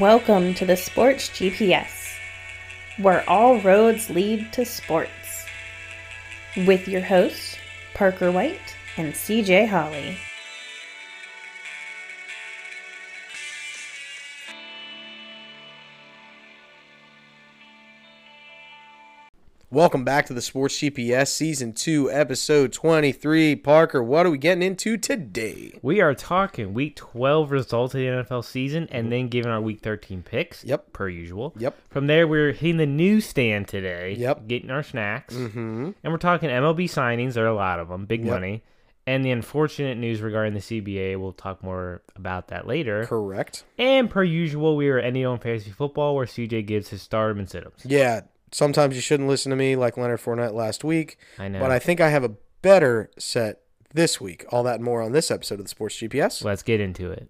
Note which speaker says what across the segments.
Speaker 1: Welcome to the Sports GPS, where all roads lead to sports. With your hosts, Parker White and CJ Holly.
Speaker 2: Welcome back to the Sports GPS Season 2, Episode 23. Parker, what are we getting into today?
Speaker 3: We are talking week 12 results of the NFL season and then giving our week 13 picks.
Speaker 2: Mm-hmm. Yep.
Speaker 3: Per usual.
Speaker 2: Yep.
Speaker 3: From there, we're hitting the newsstand today.
Speaker 2: Yep.
Speaker 3: Getting our snacks.
Speaker 2: Mm-hmm.
Speaker 3: And we're talking MLB signings. There are a lot of them, big
Speaker 2: Yep.
Speaker 3: money. And the unfortunate news regarding the CBA. We'll talk more about that later.
Speaker 2: Correct.
Speaker 3: And per usual, we are ending on fantasy football where CJ gives his stardom and sit ups.
Speaker 2: Yeah, sometimes you shouldn't listen to me like Leonard Fournette last week,
Speaker 3: I know.
Speaker 2: but I think I have a better set this week. All that and more on this episode of the Sports GPS.
Speaker 3: Let's get into it.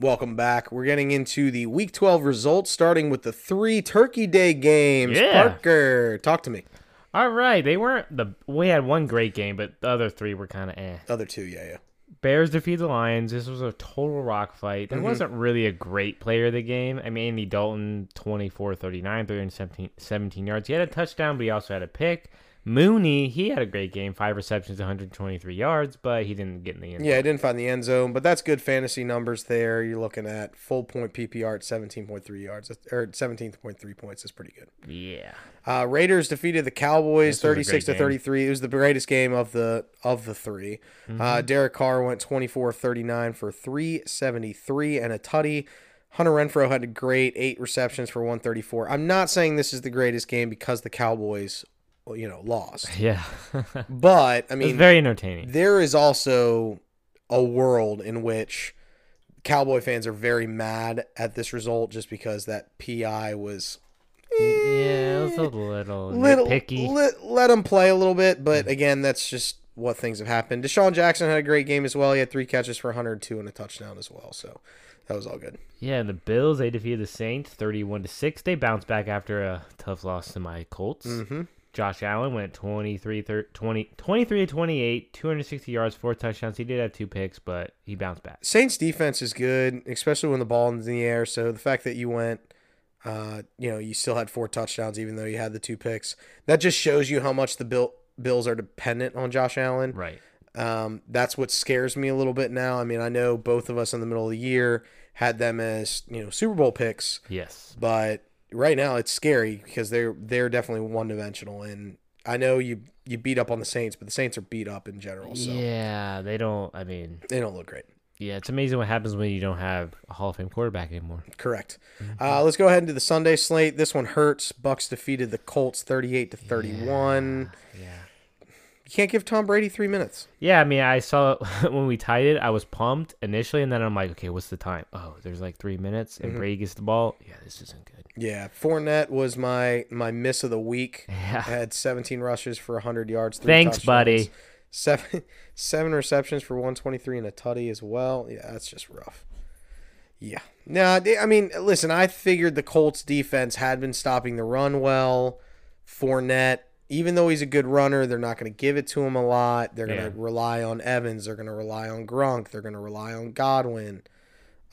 Speaker 2: Welcome back. We're getting into the Week 12 results, starting with the three Turkey Day games.
Speaker 3: Yeah.
Speaker 2: Parker, talk to me.
Speaker 3: All right. They weren't the. We had one great game, but the other three were kind of eh.
Speaker 2: Other two, yeah, yeah.
Speaker 3: Bears defeat the Lions. This was a total rock fight. There wasn't really a great player of the game. I mean, Andy Dalton, 24 39, 317 17 yards. He had a touchdown, but he also had a pick. Mooney, he had a great game, five receptions, 123 yards, but he didn't get in the end.
Speaker 2: Yeah, I didn't find the end zone, but that's good fantasy numbers there. You're looking at full point PPR at 17.3 yards that's- or 17.3 points is pretty good.
Speaker 3: Yeah.
Speaker 2: Uh, Raiders defeated the Cowboys
Speaker 3: This was a
Speaker 2: 36 to
Speaker 3: great game.
Speaker 2: 33. It was the greatest game of the of the 3
Speaker 3: Mm-hmm.
Speaker 2: Uh, Derek Carr went 24 of 39 for 373 and a tutty. Hunter Renfro had a great eight receptions for 134. I'm not saying this is the greatest game because the Cowboys, well, you know, lost,
Speaker 3: Yeah.
Speaker 2: but I
Speaker 3: it was
Speaker 2: mean,
Speaker 3: very entertaining.
Speaker 2: there is also a world in which Cowboy fans are very mad at this result just because that PI was
Speaker 3: yeah, it was a little,
Speaker 2: little
Speaker 3: nitpicky.
Speaker 2: Let, let him play a little bit, but again, that's just what things have happened. Deshaun Jackson had a great game as well. He had three catches for 102 and a touchdown as well. So that was all good.
Speaker 3: Yeah, the Bills they defeated the Saints thirty-one to six. They bounced back after a tough loss to my Colts. Mm-hmm. Josh Allen went 23, thir- 20, 23 to twenty-eight, two hundred sixty yards, four touchdowns. He did have two picks, but he bounced back.
Speaker 2: Saints defense is good, especially when the ball is in the air. So the fact that you went, uh, you know, you still had four touchdowns even though you had the two picks, that just shows you how much the Bill, Bills are dependent on Josh Allen.
Speaker 3: Right.
Speaker 2: Um, that's what scares me a little bit now. I mean, I know both of us in the middle of the year had them as you know Super Bowl picks,
Speaker 3: Yes.
Speaker 2: but right now it's scary because they're they're definitely one dimensional. And I know you you beat up on the Saints, but the Saints are beat up in general, so
Speaker 3: Yeah, they don't. I mean,
Speaker 2: they don't look great.
Speaker 3: yeah, it's amazing what happens when you don't have a Hall of Fame quarterback anymore.
Speaker 2: Correct.
Speaker 3: Mm-hmm.
Speaker 2: Uh, let's go ahead and do the Sunday slate. This one hurts. Bucks defeated the Colts thirty-eight to thirty-one.
Speaker 3: Yeah.
Speaker 2: You can't give Tom Brady three minutes.
Speaker 3: Yeah, I mean, I saw when we tied it, I was pumped initially, and then I'm like, okay, what's the time? Oh, there's like three minutes, and Brady gets the ball. Yeah, this isn't good.
Speaker 2: Yeah, Fournette was my my miss of the week.
Speaker 3: Yeah.
Speaker 2: had 17 rushes for 100 yards. Three
Speaker 3: Thanks,
Speaker 2: touchdowns,
Speaker 3: buddy.
Speaker 2: Seven seven receptions for 123 and a tutty as well. Yeah, that's just rough. Yeah. Now, I mean, listen, I figured the Colts defense had been stopping the run well. Fournette, even though he's a good runner, they're not going to give it to him a lot. They're going
Speaker 3: Yeah.
Speaker 2: to rely on Evans. They're going to rely on Gronk. They're going to rely on Godwin.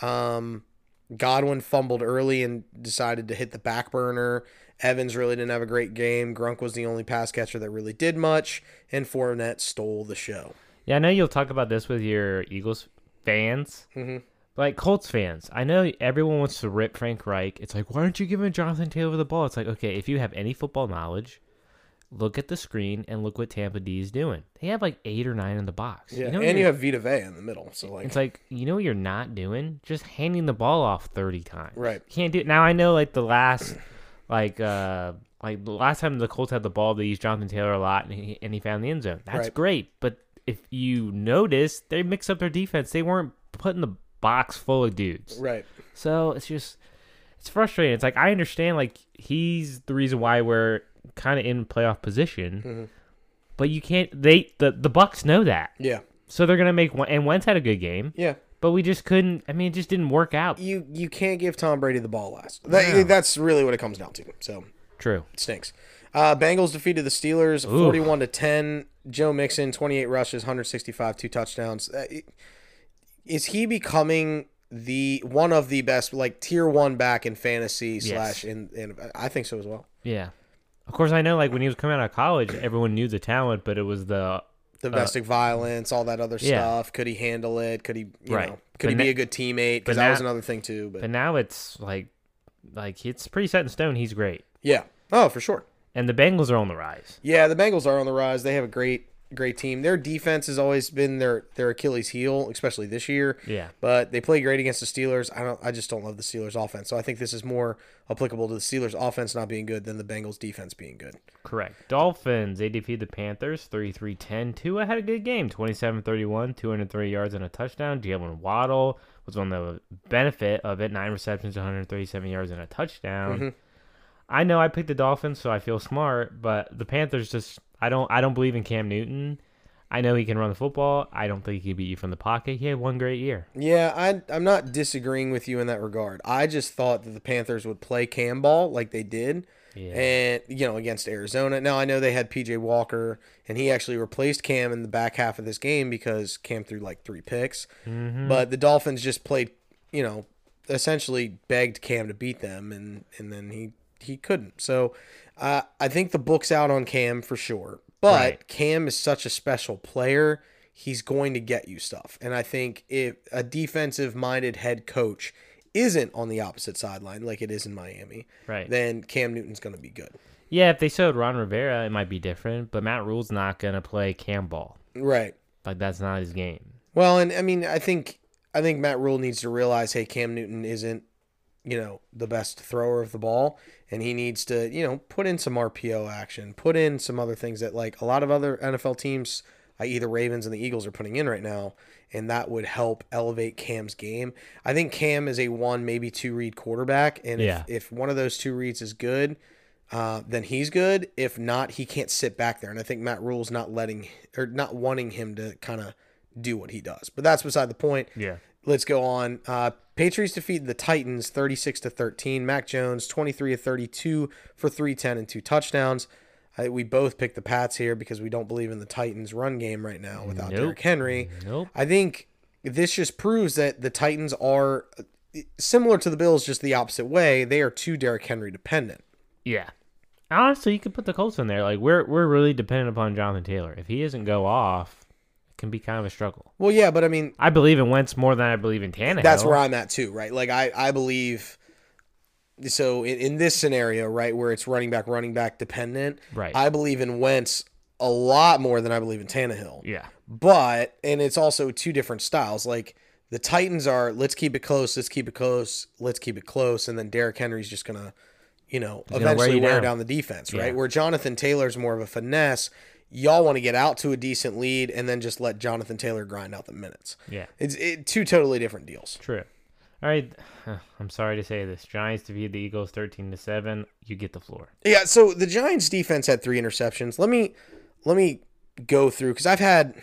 Speaker 2: Um, Godwin fumbled early and decided to hit the back burner. Evans really didn't have a great game. Grunk was the only pass catcher that really did much, and Fournette stole the show.
Speaker 3: Yeah, I know you'll talk about this with your Eagles fans,
Speaker 2: Mhm.
Speaker 3: like Colts fans. I know everyone wants to rip Frank Reich. It's like, why aren't you giving Jonathan Taylor the ball? It's like, okay, if you have any football knowledge, look at the screen and look what Tampa D is doing. They have like eight or nine in the box.
Speaker 2: Yeah,
Speaker 3: know
Speaker 2: and you
Speaker 3: you're-
Speaker 2: have Vita Vea in the middle, so like,
Speaker 3: It's like you know what you're not doing, just handing the ball off thirty times.
Speaker 2: Right.
Speaker 3: Can't do it. Now I know like the last, like uh, like the last time the Colts had the ball, they used Jonathan Taylor a lot, and he, and he found the end zone. That's
Speaker 2: Right.
Speaker 3: great. But if you notice, they mixed up their defense. They weren't putting the box full of dudes.
Speaker 2: right,
Speaker 3: So it's just it's frustrating. It's like I understand like he's the reason why we're kind of in playoff position,
Speaker 2: Mm-hmm.
Speaker 3: but you can't. They the the Bucks know that.
Speaker 2: yeah,
Speaker 3: So they're gonna make one, and Wentz had a good game.
Speaker 2: yeah.
Speaker 3: But we just couldn't. I mean, it just didn't work out.
Speaker 2: You you can't give Tom Brady the ball last. That,
Speaker 3: No.
Speaker 2: That's really what it comes down to. So
Speaker 3: True.
Speaker 2: it stinks. Uh, Bengals defeated the Steelers
Speaker 3: Ooh.
Speaker 2: 41 to 10. Joe Mixon, 28 rushes, 165, two touchdowns. Uh, it- Is he becoming the one of the best, like tier one back in fantasy slash in, in? I think so as well.
Speaker 3: Yeah. Of course, I know. Like when he was coming out of college, everyone knew the talent, but it was the
Speaker 2: Domestic violence, all that other
Speaker 3: Uh, yeah.
Speaker 2: stuff. Could he handle it? Could he, you
Speaker 3: Right.
Speaker 2: know, could
Speaker 3: But
Speaker 2: he be
Speaker 3: na-
Speaker 2: a good teammate?
Speaker 3: but
Speaker 2: Because that was
Speaker 3: na-
Speaker 2: another thing too. But,
Speaker 3: But now it's like, like it's pretty set in stone. He's great,
Speaker 2: yeah, oh for sure.
Speaker 3: and the Bengals are on the rise.
Speaker 2: Yeah, the Bengals are on the rise. They have a great, great team. Their defense has always been their their Achilles heel, especially this year.
Speaker 3: Yeah.
Speaker 2: But they play great against the Steelers. I don't. I just don't love the Steelers offense. So I think this is more applicable to the Steelers offense not being good than the Bengals defense being good.
Speaker 3: Correct. Dolphins. They defeat the Panthers 3 3 10. Tua had a good game 27 31, 203 yards and a touchdown. Jalen Waddle was on the benefit of it. Nine receptions, 137 yards and a touchdown. I know I picked the Dolphins, so I feel smart, but the Panthers just I don't I don't believe in Cam Newton. I know he can run the football. I don't think he can beat you from the pocket. He had one great year.
Speaker 2: Yeah, I, I'm not disagreeing with you in that regard. I just thought that the Panthers would play cam ball like they did,
Speaker 3: Yeah.
Speaker 2: and you know against Arizona. Now I know they had PJ Walker, and he actually replaced Cam in the back half of this game because Cam threw like three picks.
Speaker 3: Mm-hmm.
Speaker 2: But the Dolphins just played, you know, essentially begged Cam to beat them, and and then he he couldn't. So uh, I think the book's out on Cam for sure. But
Speaker 3: Right.
Speaker 2: Cam is such a special player. He's going to get you stuff. And I think if a defensive minded head coach isn't on the opposite sideline like it is in Miami,
Speaker 3: Right.
Speaker 2: then Cam Newton's going to be good.
Speaker 3: Yeah, if they showed Ron Rivera, it might be different, but Matt Rule's not gonna play Cam ball.
Speaker 2: Right.
Speaker 3: Like that's not his game.
Speaker 2: Well, and I mean, I think I think Matt Rule needs to realize, hey, Cam Newton isn't, you know, the best thrower of the ball, and he needs to, you know, put in some RPO action, put in some other things that like a lot of other NFL teams, i.e. the Ravens and the Eagles, are putting in right now, and that would help elevate Cam's game. I think Cam is a one, maybe two read quarterback, and
Speaker 3: Yeah.
Speaker 2: if, if one of those two reads is good. Uh, then he's good. If not, he can't sit back there. And I think Matt Rule's not letting or not wanting him to kind of do what he does. But that's beside the point.
Speaker 3: Yeah.
Speaker 2: Let's go on. Uh, Patriots defeat the Titans 36 to 13. Mac Jones 23 of 32 for 310 and two touchdowns. I, we both picked the Pats here because we don't believe in the Titans run game right now without
Speaker 3: Nope.
Speaker 2: Derrick Henry.
Speaker 3: Nope.
Speaker 2: I think this just proves that the Titans are uh, similar to the Bills, just the opposite way. They are too Derrick Henry dependent.
Speaker 3: Yeah. Honestly, you could put the Colts in there. Like we're we're really dependent upon Jonathan Taylor. If he doesn't go off, it can be kind of a struggle.
Speaker 2: Well, yeah, but I mean,
Speaker 3: I believe in Wentz more than I believe in Tannehill.
Speaker 2: that's where I'm at too, right? Like I, I believe so in, in this scenario, right, where it's running back, running back dependent,
Speaker 3: Right.
Speaker 2: I believe in Wentz a lot more than I believe in Tannehill.
Speaker 3: Yeah.
Speaker 2: But and it's also two different styles. Like the Titans are let's keep it close, let's keep it close, let's keep it close, and then Derrick Henry's just gonna, you know,
Speaker 3: gonna wear
Speaker 2: eventually
Speaker 3: you
Speaker 2: wear down.
Speaker 3: down.
Speaker 2: the defense,
Speaker 3: Yeah.
Speaker 2: right? Where Jonathan Taylor's more of a finesse. Y'all want to get out to a decent lead and then just let Jonathan Taylor grind out the minutes.
Speaker 3: Yeah.
Speaker 2: It's it, two totally different deals.
Speaker 3: True. All right. I'm sorry to say this. Giants defeat the Eagles 13 to 7. You get the floor.
Speaker 2: Yeah, so the Giants defense had three interceptions. Let me let me go through because I've had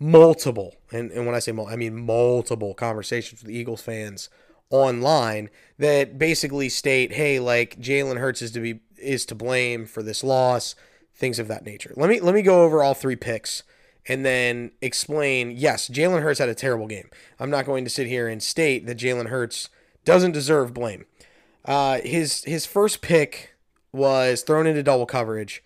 Speaker 2: multiple, and, and when I say multiple, I mean multiple conversations with Eagles fans online that basically state, hey, like Jalen Hurts is to be is to blame for this loss, things of that nature. Let me let me go over all three picks and then explain, yes, Jalen Hurts had a terrible game. I'm not going to sit here and state that Jalen Hurts doesn't deserve blame. Uh, his his first pick was thrown into double coverage.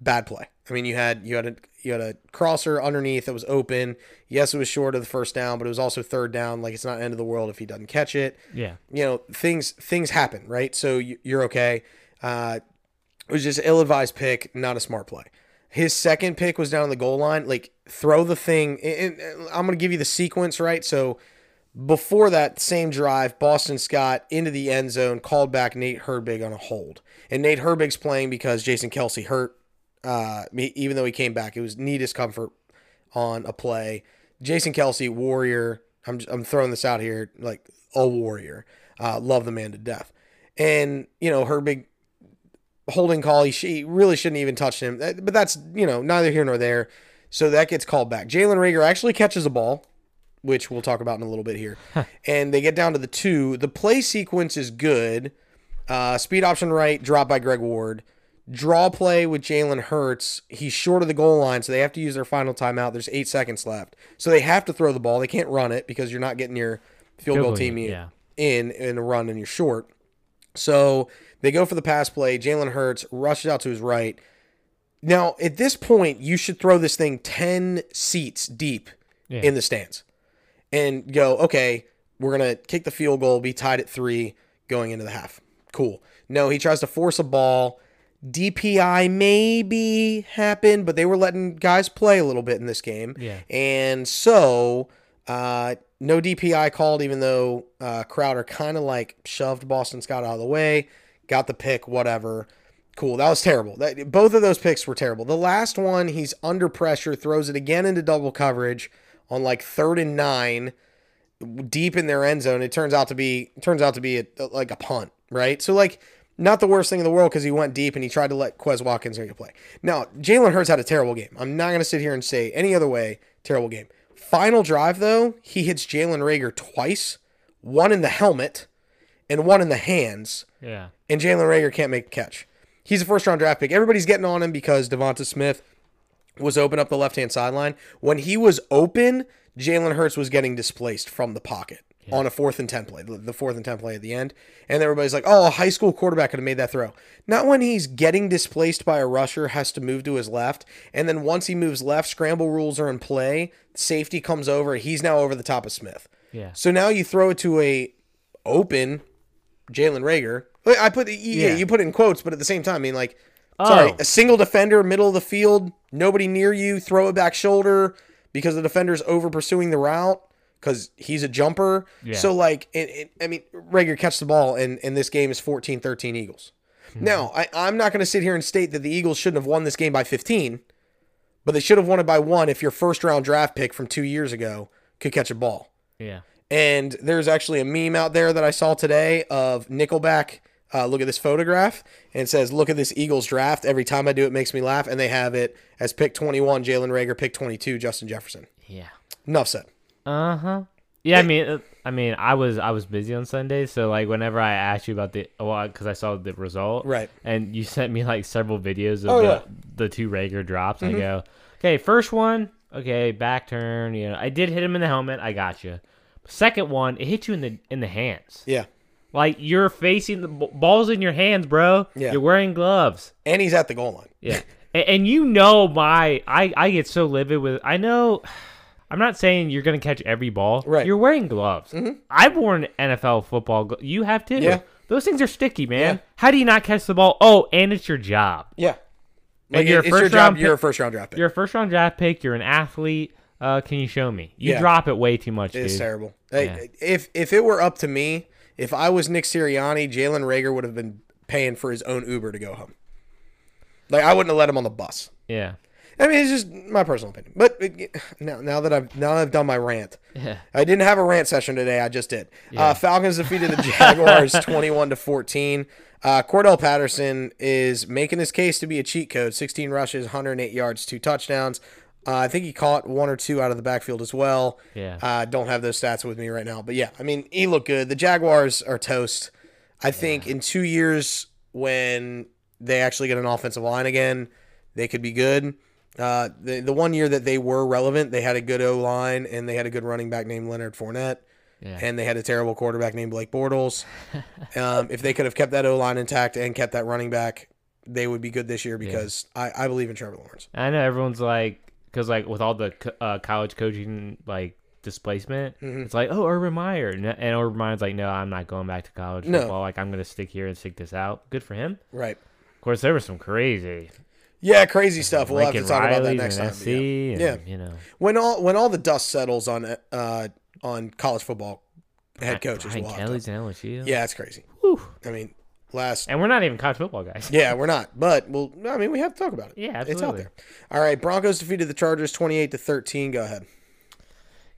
Speaker 2: Bad play. I mean, you had you had a you had a crosser underneath that was open. Yes, it was short of the first down, but it was also third down. Like it's not end of the world if he doesn't catch it.
Speaker 3: Yeah.
Speaker 2: You know, things things happen, right? So you, you're okay. Uh, it was just ill advised pick, not a smart play. His second pick was down on the goal line. Like throw the thing. And, and I'm gonna give you the sequence, right? So before that same drive, Boston Scott into the end zone, called back Nate Herbig on a hold. And Nate Herbig's playing because Jason Kelsey hurt. Uh, me- even though he came back, it was knee discomfort on a play. Jason Kelsey, warrior. I'm, I'm throwing this out here like a warrior. Uh, love the man to death. And, you know, Herbig holding call. He, sh- he really shouldn't even touch him. That- But that's, you know, neither here nor there. So that gets called back. Jalen Rager actually catches a ball, which we'll talk about in a little bit here. and they get down to the two. The play sequence is good. Uh, speed option right, drop by Greg Ward. draw play with Jalen Hurts. He's short of the goal line, so they have to use their final timeout. There's eight seconds left, so they have to throw the ball. They can't run it because you're not getting your field goal team in
Speaker 3: yeah.
Speaker 2: in in a run, and you're short. So they go for the pass play. Jalen Hurts rushes out to his right. Now at this point, you should throw this thing ten seats deep
Speaker 3: Yeah.
Speaker 2: in the stands, and go okay. We're gonna kick the field goal, be tied at three going into the half. Cool. No, he tries to force a ball. DPI maybe happened, but they were letting guys play a little bit in this game.
Speaker 3: Yeah.
Speaker 2: And so, uh, no DPI called, even though uh, Crowder kind of like shoved Boston Scott out of the way, got the pick, whatever. Cool. That was terrible. That, both of those picks were terrible. The last one, he's under pressure, throws it again into double coverage on like third and nine deep in their end zone. It turns out to be turns out to be a, like a punt, right? So like not the worst thing in the world because he went deep and he tried to let Quez Watkins make a play. Now Jalen Hurts had a terrible game. I'm not gonna sit here and say any other way. Terrible game. Final drive though, he hits Jalen Rager twice, one in the helmet, and one in the hands
Speaker 3: Yeah.
Speaker 2: and Jalen Rager can't make a catch. He's a first round draft pick. Everybody's getting on him because Devonta Smith was open up the left hand sideline. When he was open, Jalen Hurts was getting displaced from the pocket on a fourth and 10 play, the- the fourth and 10 play at the end. And everybody's like, oh, a high school quarterback could have made that throw. Not when he's getting displaced by a rusher, has to move to his left. And then once he moves left, scramble rules are in play. Safety comes over. He's now over the top of Smith.
Speaker 3: Yeah.
Speaker 2: So now you throw it to a open Jalen Rager. Wait, I put yeah,
Speaker 3: Yeah.
Speaker 2: you put it in quotes, but at the same time, I mean like sorry,
Speaker 3: Oh.
Speaker 2: a single defender, middle of the field, nobody near you, throw it back shoulder because the defender's over pursuing the route because he's a jumper.
Speaker 3: Yeah.
Speaker 2: So like it, it, I mean Rager catch the ball and and this game is 14-13 Eagles.
Speaker 3: Hmm.
Speaker 2: Now, I, I'm not going to sit here and state that the Eagles shouldn't have won this game by 15, but they should have won it by one if your first round draft pick from two years ago could catch a ball.
Speaker 3: Yeah.
Speaker 2: And there's actually a meme out there that I saw today of Nickelback. Uh, look at this photograph and it says, Look at this Eagles draft. Every time I do it makes me laugh. And they have it as pick 21, Jalen Rager, pick 22, Justin Jefferson.
Speaker 3: Yeah.
Speaker 2: Enough said.
Speaker 3: Uh huh. Yeah, I mean, uh, I mean, I was I was busy on Sunday, so like whenever I asked you about the, well, because I saw the result,
Speaker 2: Right.
Speaker 3: and you sent me like several videos of
Speaker 2: Oh,
Speaker 3: the,
Speaker 2: yeah. Mm-hmm.
Speaker 3: the two Rager drops. I go, okay, first one, okay, back turn. You know, I did hit him in the helmet. I got you. Second one, it hit you in the in the hands.
Speaker 2: Yeah.
Speaker 3: Like you're facing the b- balls in your hands, bro.
Speaker 2: Yeah.
Speaker 3: You're wearing gloves.
Speaker 2: And he's at the goal line.
Speaker 3: Yeah. and, and you know my I I get so livid with I know I'm not saying you're going to catch every ball.
Speaker 2: Right. Mm-hmm.
Speaker 3: You're wearing gloves. I've worn NFL football glo- you have too.
Speaker 2: Yeah.
Speaker 3: Those things are sticky, man.
Speaker 2: Yeah.
Speaker 3: How do you not catch the ball? Oh, and it's your job.
Speaker 2: Yeah.
Speaker 3: Like
Speaker 2: Like,
Speaker 3: your
Speaker 2: it's your
Speaker 3: first
Speaker 2: job.
Speaker 3: round
Speaker 2: You're a
Speaker 3: pick-
Speaker 2: first round draft pick.
Speaker 3: You're a first round draft pick, you're an athlete. Uh, can you show me? You
Speaker 2: Yeah.
Speaker 3: drop it way too much, dude.
Speaker 2: It's terrible. Like,
Speaker 3: Yeah.
Speaker 2: If if it were up to me, if I was Nick Sirianni, Jalen Rager would have been paying for his own Uber to go home. Like I wouldn't have let him on the bus.
Speaker 3: Yeah.
Speaker 2: I mean, it's just my personal opinion. But it, now, now that I've now that I've done my rant,
Speaker 3: Yeah.
Speaker 2: I didn't have a rant session today. I just did. Uh, Falcons defeated the Jaguars twenty-one to fourteen. Uh, Cordell Patterson is making his case to be a cheat code. Sixteen rushes, hundred and eight yards, two touchdowns. Uh, I think he caught one or two out of the backfield as well.
Speaker 3: Yeah.
Speaker 2: Uh, don't have those stats with me right now, but yeah, I mean, he looked good. The Jaguars are toast. I think in two years, when they actually get an offensive line again, they could be good. Uh, the, the one year that they were relevant, they had a good O line and they had a good running back named Leonard Fournette,
Speaker 3: Yeah.
Speaker 2: and they had a terrible quarterback named Blake Bortles. um, if they could have kept that O line intact and kept that running back, they would be good this year because I, I believe in Trevor Lawrence.
Speaker 3: I know everyone's like, because like with all the co- uh, college coaching like displacement,
Speaker 2: Mm-hmm.
Speaker 3: it's like, oh, Urban Meyer, and, and Urban Meyer's like, no, I'm not going back to college
Speaker 2: No.
Speaker 3: football. Like, I'm gonna stick here and stick this out. Good for him.
Speaker 2: Right.
Speaker 3: Of course, there was some crazy.
Speaker 2: Yeah, crazy stuff. We'll
Speaker 3: Lincoln
Speaker 2: have to talk about that
Speaker 3: Riley's
Speaker 2: next
Speaker 3: and
Speaker 2: time. but
Speaker 3: SC,
Speaker 2: yeah.
Speaker 3: and,
Speaker 2: Yeah.
Speaker 3: you know,
Speaker 2: When all when all the dust settles on uh on college football head coaches,
Speaker 3: Brian
Speaker 2: we'll have to-
Speaker 3: Kelly's and LSU.
Speaker 2: yeah, it's crazy.
Speaker 3: Whew.
Speaker 2: I mean, last
Speaker 3: and we're not even college football guys.
Speaker 2: yeah, we're not, but well, I mean, we have to talk about it.
Speaker 3: Yeah,
Speaker 2: it's out
Speaker 3: absolutely.
Speaker 2: there. All right, Broncos defeated the Chargers twenty eight to thirteen. Go ahead.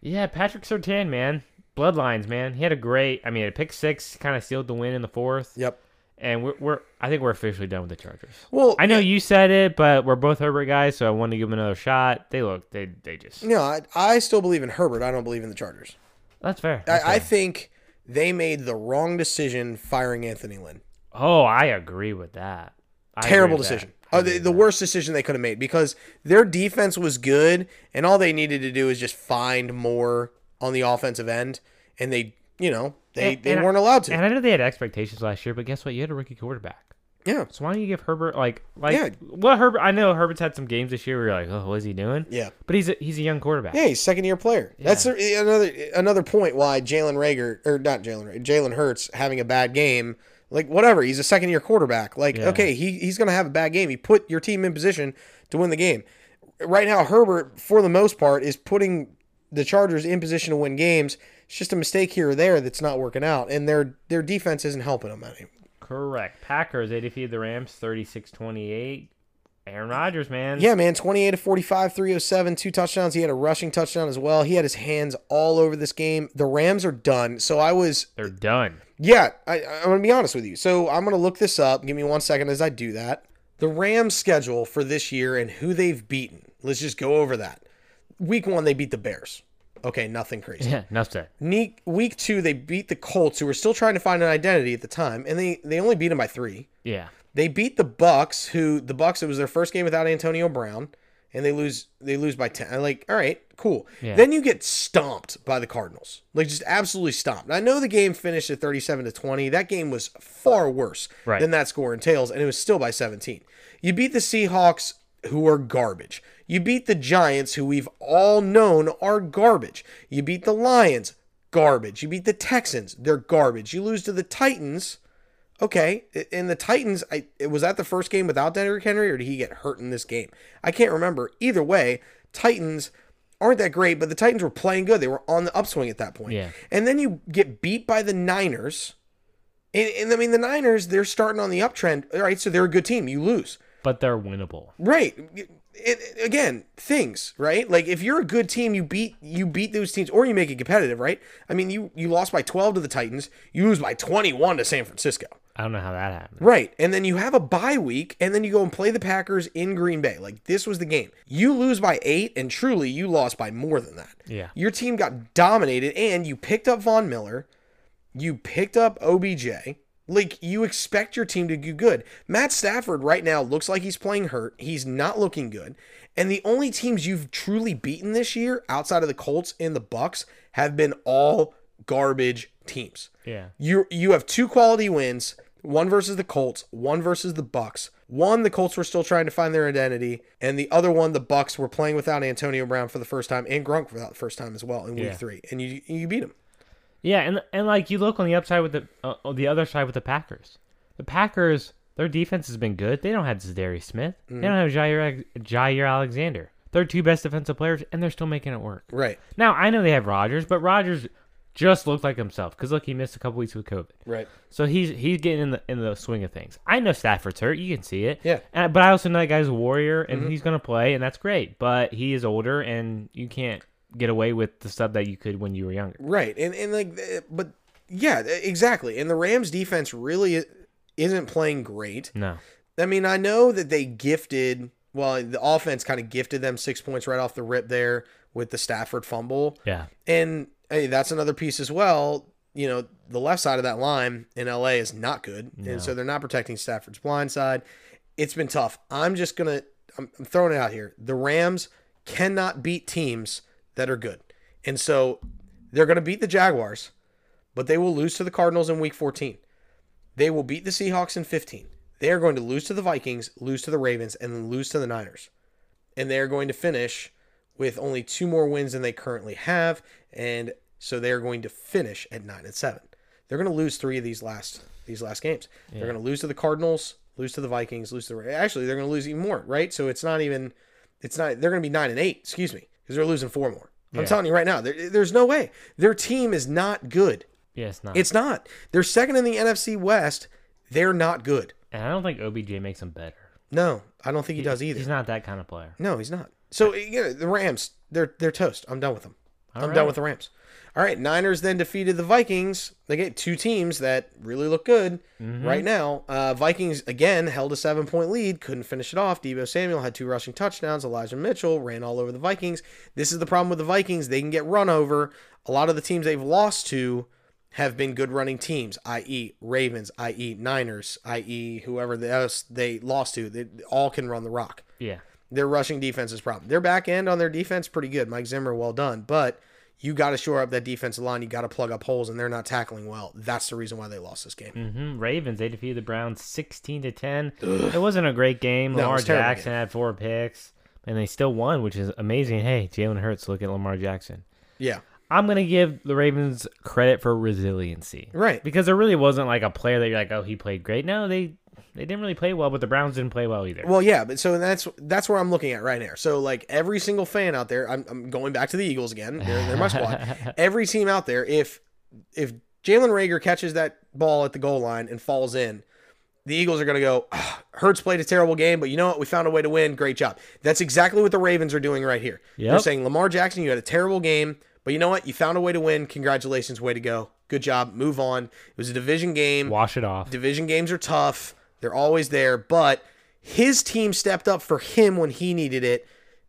Speaker 3: Yeah, Patrick Sertan, man, bloodlines, man. He had a great. I mean, a pick six kind of sealed the win in the fourth.
Speaker 2: Yep.
Speaker 3: And we're, we're I think we're officially done with the Chargers.
Speaker 2: Well,
Speaker 3: I know
Speaker 2: yeah,
Speaker 3: you said it, but we're both Herbert guys, so I wanted to give him another shot. They look, they they just
Speaker 2: No, I, I still believe in Herbert. I don't believe in the Chargers.
Speaker 3: that's fair. that's
Speaker 2: I, I
Speaker 3: fair.
Speaker 2: think they made the wrong decision firing Anthony Lynn.
Speaker 3: oh, I agree with that. I agree
Speaker 2: terrible
Speaker 3: with that.
Speaker 2: decision. Uh, the, the worst decision they could have made because their defense was good and all they needed to do is just find more on the offensive end and they, you know, they,
Speaker 3: And-
Speaker 2: they
Speaker 3: and I-
Speaker 2: weren't allowed to.
Speaker 3: And I know they had expectations last year, but guess what? You had a rookie quarterback.
Speaker 2: yeah.
Speaker 3: So why don't you give Herbert like like
Speaker 2: Yeah.
Speaker 3: well Herbert? I know Herbert's had some games this year where you're like, oh, what is he doing?
Speaker 2: Yeah.
Speaker 3: But he's a, he's a young quarterback.
Speaker 2: Yeah, he's a second year player. That's a, another another point why Jalen Rager or not Jalen Rager, Jalen Hurts having a bad game. Like whatever, he's a second year quarterback. Like
Speaker 3: Yeah.
Speaker 2: okay, he, he's gonna have a bad game. He put your team in position to win the game. Right now, Herbert for the most part is putting the Chargers in position to win games. It's just a mistake here or there that's not working out, and their their defense isn't helping them any.
Speaker 3: Correct. Packers they defeated the Rams 36-28. Aaron Rodgers, man.
Speaker 2: Yeah, man, 28 to 45, 307, two touchdowns. He had a rushing touchdown as well. He had his hands all over this game. The Rams are done. So I was
Speaker 3: They're done.
Speaker 2: Yeah, I, I'm going to be honest with you. So I'm going to look this up. Give me one second as I do that. The Rams' schedule for this year and who they've beaten. Let's just go over that. Week one, they beat the Bears. Okay, nothing crazy.
Speaker 3: Yeah. Enough said.
Speaker 2: Ne- Week two, they beat the Colts, who were still trying to find an identity at the time, and they, they only beat them by three.
Speaker 3: Yeah.
Speaker 2: They beat the Bucks, who the Bucks it was their first game without Antonio Brown, and they lose they lose by ten. I'm like, all right, cool.
Speaker 3: Yeah.
Speaker 2: Then you get stomped by the Cardinals, like just absolutely stomped. I know the game finished at thirty seven to twenty. That game was far worse
Speaker 3: Right.
Speaker 2: than that score entails, and it was still by seventeen. You beat the Seahawks, who are garbage. You beat the Giants, who we've all known are garbage. You beat the Lions, garbage. You beat the Texans, they're garbage. You lose to the Titans. Okay, a- and the Titans, I it was that the first game without Derrick Henry, or did he get hurt in this game? I can't remember. Either way, Titans aren't that great, but the Titans were playing good. They were on the upswing at that point.
Speaker 3: Yeah.
Speaker 2: And then you get beat by the Niners, and, and I mean the Niners, they're starting on the uptrend. All right, so they're a good team. You lose,
Speaker 3: But they're winnable.
Speaker 2: right? It- it- again, things right. Like if you're a good team, you beat you beat those teams, or you make it competitive, right? I mean, you you lost by twelve to the Titans, you lose by twenty one to San Francisco.
Speaker 3: I don't know how that happened.
Speaker 2: Right. And then you have a bye week, and then you go and play the Packers in Green Bay. Like, this was the game. You lose by eight, and truly, you lost by more than that.
Speaker 3: Yeah.
Speaker 2: Your team got dominated, and you picked up Von Miller. You picked up OBJ. Like, you expect your team to do good. Matt Stafford right now looks like he's playing hurt. He's not looking good. And the only teams you've truly beaten this year, outside of the Colts and the Bucks, have been all garbage teams.
Speaker 3: Yeah.
Speaker 2: You you have two quality wins, one versus the Colts, one versus the Bucks. One the Colts were still trying to find their identity, and the other one the Bucks were playing without Antonio Brown for the first time and Gronk for the first time as well in week
Speaker 3: Yeah.
Speaker 2: 3. And you you beat them.
Speaker 3: Yeah, and and like you look on the upside with the uh, on the other side with the Packers. The Packers, their defense has been good. They don't have Zadarius Smith. They don't have Jair Jair Alexander. They're two best defensive players, and they're still making it work.
Speaker 2: Right.
Speaker 3: Now I know they have Rodgers, but Rodgers just looked like himself because look, he missed a couple weeks with COVID.
Speaker 2: Right.
Speaker 3: So he's he's getting in the in the swing of things. I know Stafford's hurt. You can see it.
Speaker 2: Yeah.
Speaker 3: And, but I also know that guy's a warrior, and he's gonna play, and that's great. But he is older, and you can't get away with the stuff that you could when you were younger.
Speaker 2: Right. And and like eh, but yeah, eh, exactly. And the Rams defense really isn't playing great.
Speaker 3: No.
Speaker 2: I mean, I know that they gifted, well, the offense kind of gifted them 6 points right off the rip there with the Stafford fumble.
Speaker 3: Yeah.
Speaker 2: And hey, that's another piece as well. You know, the left side of that line in LA is not good.
Speaker 3: No.
Speaker 2: And so they're not protecting Stafford's blind side. It's been tough. I'm just going to, I'm, I'm throwing it out here. The Rams cannot beat teams that are good. And so they're going to beat the Jaguars, but they will lose to the Cardinals in week 14. They will beat the Seahawks in 15. They are going to lose to the Vikings, lose to the Ravens, and then lose to the Niners. And they are going to finish with only two more wins than they currently have. And so they are going to finish at nine and seven. They're going to lose three of these last these last games. They're going to lose to the Cardinals, lose to the Vikings, lose to the actually they're going to lose even more, right? So it's not even it's not they're going to be nine and eight. Excuse me, because they're losing four more. I'm telling you right now, there, there's no way their team is not good.
Speaker 3: Yeah, it's not.
Speaker 2: It's not. They're second in the NFC West. They're not good.
Speaker 3: And I don't think OBJ makes him better.
Speaker 2: No, I don't think he does either.
Speaker 3: He's not that kind of player.
Speaker 2: No, he's not. So you know, the Rams, they're they're toast. I'm done with them. I'm
Speaker 3: All
Speaker 2: done
Speaker 3: right.
Speaker 2: with the Rams. All right, Niners then defeated the Vikings. They get two teams that really look good
Speaker 3: Mm-hmm.
Speaker 2: right now. Uh, Vikings again held a seven point lead, couldn't finish it off. Debo Samuel had two rushing touchdowns. Elijah Mitchell ran all over the Vikings. This is the problem with the Vikings; they can get run over. A lot of the teams they've lost to have been good running teams, i.e., Ravens, i.e., Niners, i.e., whoever else they lost to, they all can run the rock.
Speaker 3: Yeah.
Speaker 2: Their rushing defense is a problem. Their back end on their defense pretty good. Mike Zimmer, well done, but you got to shore up that defensive line. You got to plug up holes, and they're not tackling well. That's the reason why they lost this game.
Speaker 3: hmm Ravens they defeated the Browns sixteen to ten. It wasn't a great game.
Speaker 2: No, it
Speaker 3: Lamar
Speaker 2: was a terrible
Speaker 3: Jackson had four picks, and they still won, which is amazing. Hey, Jalen Hurts, look at Lamar Jackson.
Speaker 2: Yeah,
Speaker 3: I'm gonna give the Ravens credit for resiliency,
Speaker 2: right.
Speaker 3: because there really wasn't like a player that you're like, oh, he played great. No, they they didn't really play well, but the Browns didn't play well either.
Speaker 2: Well, yeah, but so that's that's where I'm looking at right there. So like every single fan out there, I'm, I'm going back to the Eagles again. They're, they're my squad. Every team out there, if if Jalen Rager catches that ball at the goal line and falls in, the Eagles are going to go. "Ah, Hurts played a terrible game, but you know what? We found a way to win. Great job. That's exactly what the Ravens are doing right here. They're
Speaker 3: Yep.
Speaker 2: saying Lamar Jackson, you had a terrible game, but you know what? You found a way to win. Congratulations, way to go. Good job. Move on. It was a division game.
Speaker 3: Wash it off.
Speaker 2: Division games are tough. They're always there, but his team stepped up for him when he needed it.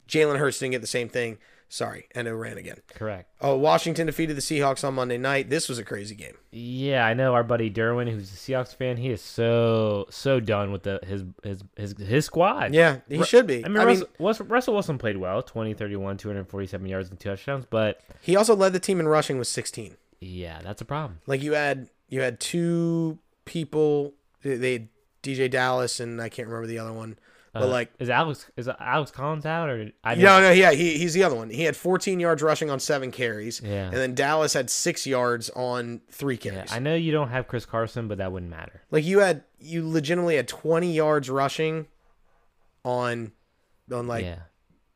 Speaker 2: Jalen Hurts didn't get the same thing. Sorry, and it ran again.
Speaker 3: Correct.
Speaker 2: Oh, Washington defeated the Seahawks on Monday night. This was a crazy game.
Speaker 3: Yeah, I know our buddy Derwin, who's a Seahawks fan. He is so so done with the his his his, his squad.
Speaker 2: Yeah, he should be.
Speaker 3: I mean, Russell, Russell, Russell Wilson played well 20, 31, 247 yards and two touchdowns, but
Speaker 2: he also led the team in rushing with 16.
Speaker 3: yeah, that's a problem.
Speaker 2: Like you had you had two people. They they had DJ Dallas and I can't remember the other one, but
Speaker 3: Uh,
Speaker 2: like
Speaker 3: is Alex is Alex Collins out or I
Speaker 2: No, no, yeah, he, he's the other one. He had 14 yards rushing on seven carries,
Speaker 3: Yeah.
Speaker 2: and then Dallas had six yards on three
Speaker 3: Yeah,
Speaker 2: carries.
Speaker 3: I know you don't have Chris Carson, but that wouldn't matter.
Speaker 2: like you had, you legitimately had 20 yards rushing on, on like
Speaker 3: yeah,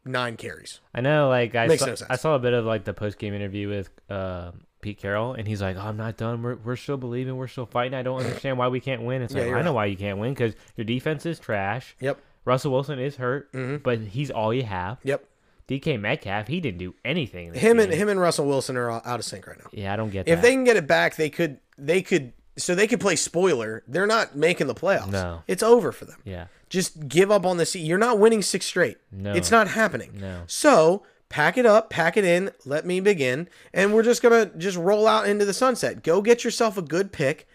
Speaker 2: nine carries.
Speaker 3: I know. Like I
Speaker 2: Makes
Speaker 3: saw,
Speaker 2: no sense.
Speaker 3: I saw a bit of like the post game interview with uh, Pete Carroll, and he's like, "Oh, "I'm not done. We're, we're still believing. We're still fighting. I don't understand why we can't win." It's
Speaker 2: Yeah,
Speaker 3: like
Speaker 2: you're
Speaker 3: I know
Speaker 2: right.
Speaker 3: why you can't win because your defense is trash.
Speaker 2: Yep,
Speaker 3: Russell Wilson is hurt,
Speaker 2: Mm-hmm.
Speaker 3: but he's all you have.
Speaker 2: yep.
Speaker 3: DK Metcalf, he didn't do anything. this
Speaker 2: Him and
Speaker 3: game.
Speaker 2: him and Russell Wilson are all out of sync right now.
Speaker 3: Yeah, I don't get
Speaker 2: If
Speaker 3: that.
Speaker 2: they can get it back, they could, they could, so they could play spoiler. They're not making the playoffs.
Speaker 3: No.
Speaker 2: it's over for them.
Speaker 3: yeah.
Speaker 2: Just give up on the seat. You're not winning six straight.
Speaker 3: No.
Speaker 2: It's not happening.
Speaker 3: No.
Speaker 2: So pack it up, pack it in, let me begin. And we're just gonna just roll out into the sunset. Go get yourself a good pick.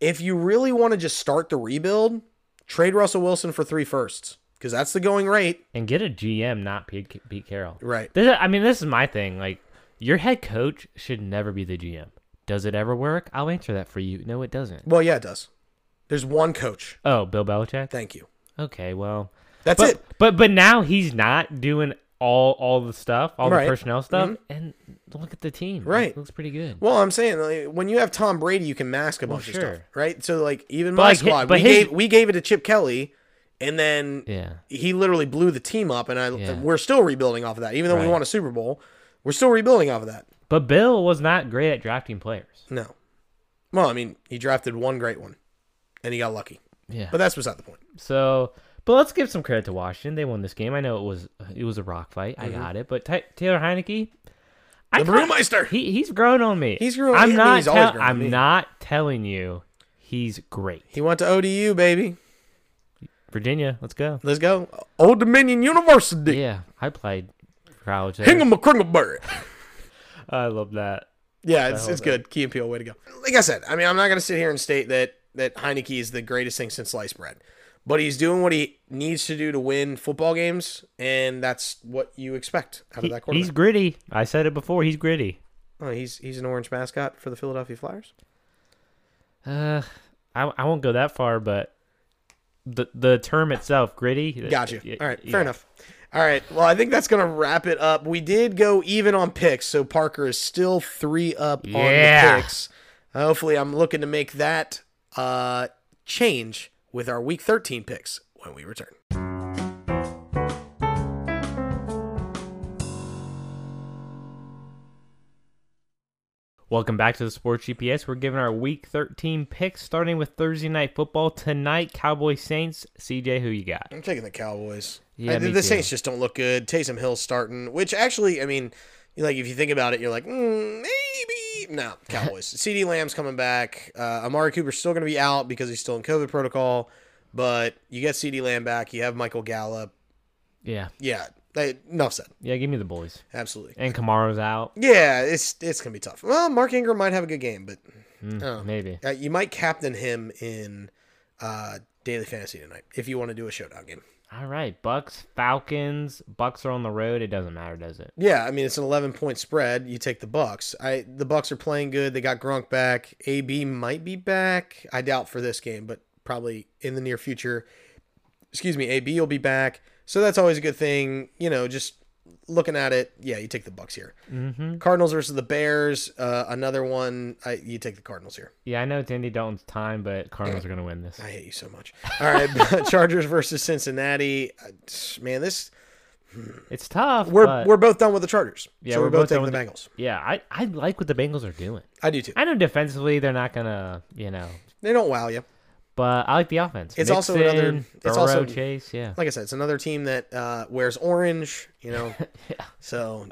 Speaker 2: If you really want to just start the rebuild, trade Russell Wilson for three firsts. Because that's the going rate.
Speaker 3: and get a GM, not Pete, Pete Carroll.
Speaker 2: Right.
Speaker 3: This, I mean, this is my thing. Like, your head coach should never be the GM. Does it ever work? I'll answer that for you. No, it doesn't.
Speaker 2: Well, yeah, it does. There's one coach.
Speaker 3: Oh, Bill Belichick.
Speaker 2: Thank you.
Speaker 3: Okay, well,
Speaker 2: That's
Speaker 3: but
Speaker 2: it.
Speaker 3: but but now he's not doing all all the stuff, all
Speaker 2: Right. Mm-hmm.
Speaker 3: the personnel stuff, and look at the team.
Speaker 2: Right.
Speaker 3: it looks pretty good.
Speaker 2: Well, I'm saying like, when you have Tom Brady, you can mask a bunch of stuff,
Speaker 3: sure.
Speaker 2: right? So like even
Speaker 3: But
Speaker 2: my
Speaker 3: like hi-
Speaker 2: squad,
Speaker 3: but
Speaker 2: we
Speaker 3: his-
Speaker 2: gave we gave it to Chip Kelly, and then
Speaker 3: yeah,
Speaker 2: he literally blew the team up, and I
Speaker 3: Yeah.
Speaker 2: we're still rebuilding off of that. Even though we
Speaker 3: Right.
Speaker 2: won a Super Bowl, we're still rebuilding off of that.
Speaker 3: but Bill was not great at drafting players.
Speaker 2: No, well, I mean, he drafted one great one, and he got lucky,
Speaker 3: Yeah,
Speaker 2: but that's beside the point.
Speaker 3: So, but let's give some credit to Washington. They won this game. I know it was it was a rock fight. I got it. But Ty- Taylor Heineke,
Speaker 2: Mm-hmm.
Speaker 3: I
Speaker 2: The
Speaker 3: thought-
Speaker 2: brewmeister.
Speaker 3: he he's grown on me.
Speaker 2: He's grown- I
Speaker 3: I'm
Speaker 2: mean,
Speaker 3: not.
Speaker 2: he's always
Speaker 3: tell-
Speaker 2: grown on
Speaker 3: I'm
Speaker 2: me.
Speaker 3: not telling you he's great.
Speaker 2: He went to ODU, baby.
Speaker 3: Virginia, let's go.
Speaker 2: Let's go, Old Dominion University.
Speaker 3: Yeah, I played for college. there.
Speaker 2: Hingham McCringleberry.
Speaker 3: I love that.
Speaker 2: Yeah, it's, it's good. Key and Peele, way to go. Like I said, I mean, I'm not going to sit here and state that that Heineke is the greatest thing since sliced bread, but he's doing what he needs to do to win football games, and that's what you expect out of
Speaker 3: He-
Speaker 2: that quarterback.
Speaker 3: he's gritty. I said it before. He's gritty.
Speaker 2: Oh, he's he's an orange mascot for the Philadelphia Flyers.
Speaker 3: Uh, I I won't go that far, but the the term itself, gritty.
Speaker 2: Gotcha.
Speaker 3: y-
Speaker 2: All right,
Speaker 3: yeah.
Speaker 2: fair enough. All right, well, I think that's gonna wrap it up. We did go even on picks, so Parker is still three up on
Speaker 3: Yeah.
Speaker 2: the picks. Uh, hopefully, I'm looking to make that uh, change with our Week 13 picks when we return.
Speaker 3: Welcome back to the Sports GPS. We're giving our Week 13 picks, starting with Thursday Night Football tonight. Cowboys Saints. CJ, who you got?
Speaker 2: I'm taking the Cowboys.
Speaker 3: Yeah,
Speaker 2: I- the
Speaker 3: me
Speaker 2: the
Speaker 3: too.
Speaker 2: Saints just don't look good. Taysom Hill starting, which actually, I mean, you- like if you think about it, you're like, mm, maybe no Cowboys. C.D. Lamb's coming back. Uh, Amari Cooper's still going to be out because he's still in COVID protocol, but you get C.D. Lamb back. You have Michael Gallup.
Speaker 3: Yeah,
Speaker 2: Yeah, Hey, enough said.
Speaker 3: Yeah, give me the bullies.
Speaker 2: Absolutely.
Speaker 3: And Kamara's out.
Speaker 2: Yeah, it's it's gonna be tough. Well, Mark Ingram might have a good game, but oh.
Speaker 3: Maybe.
Speaker 2: uh, you might captain him in uh, daily fantasy tonight if you want to do a showdown game.
Speaker 3: All right. Bucks, Falcons. Bucks are on the road. It doesn't matter, does it?
Speaker 2: Yeah, I mean it's an 11 point spread. You take the Bucks. I the Bucks are playing good. They got Gronk back. AB might be back. I doubt for this game, but probably in the near future. Excuse me, AB will be back. So that's always a good thing. You know, just looking at it, yeah, you take the Bucks here. Mm-hmm. Cardinals versus the Bears. Uh, another one. I, you take the Cardinals here.
Speaker 3: Yeah, I know it's Andy Dalton's time, but Cardinals are going to win this.
Speaker 2: I hate you so much. All right, Chargers versus Cincinnati. Uh, Man, this
Speaker 3: It's tough.
Speaker 2: we're
Speaker 3: but-
Speaker 2: we're both done with the Chargers.
Speaker 3: Yeah,
Speaker 2: so we're,
Speaker 3: we're
Speaker 2: both,
Speaker 3: both done
Speaker 2: taking the
Speaker 3: with
Speaker 2: Bengals.
Speaker 3: yeah, I, I like what the Bengals are doing.
Speaker 2: I do too.
Speaker 3: I know defensively they're not going to, you know,
Speaker 2: They don't wow you.
Speaker 3: but I like the offense.
Speaker 2: It's also another- it's
Speaker 3: Burrow,
Speaker 2: also-
Speaker 3: Chase. Yeah.
Speaker 2: Like I said, it's another team that uh, wears orange. You know, so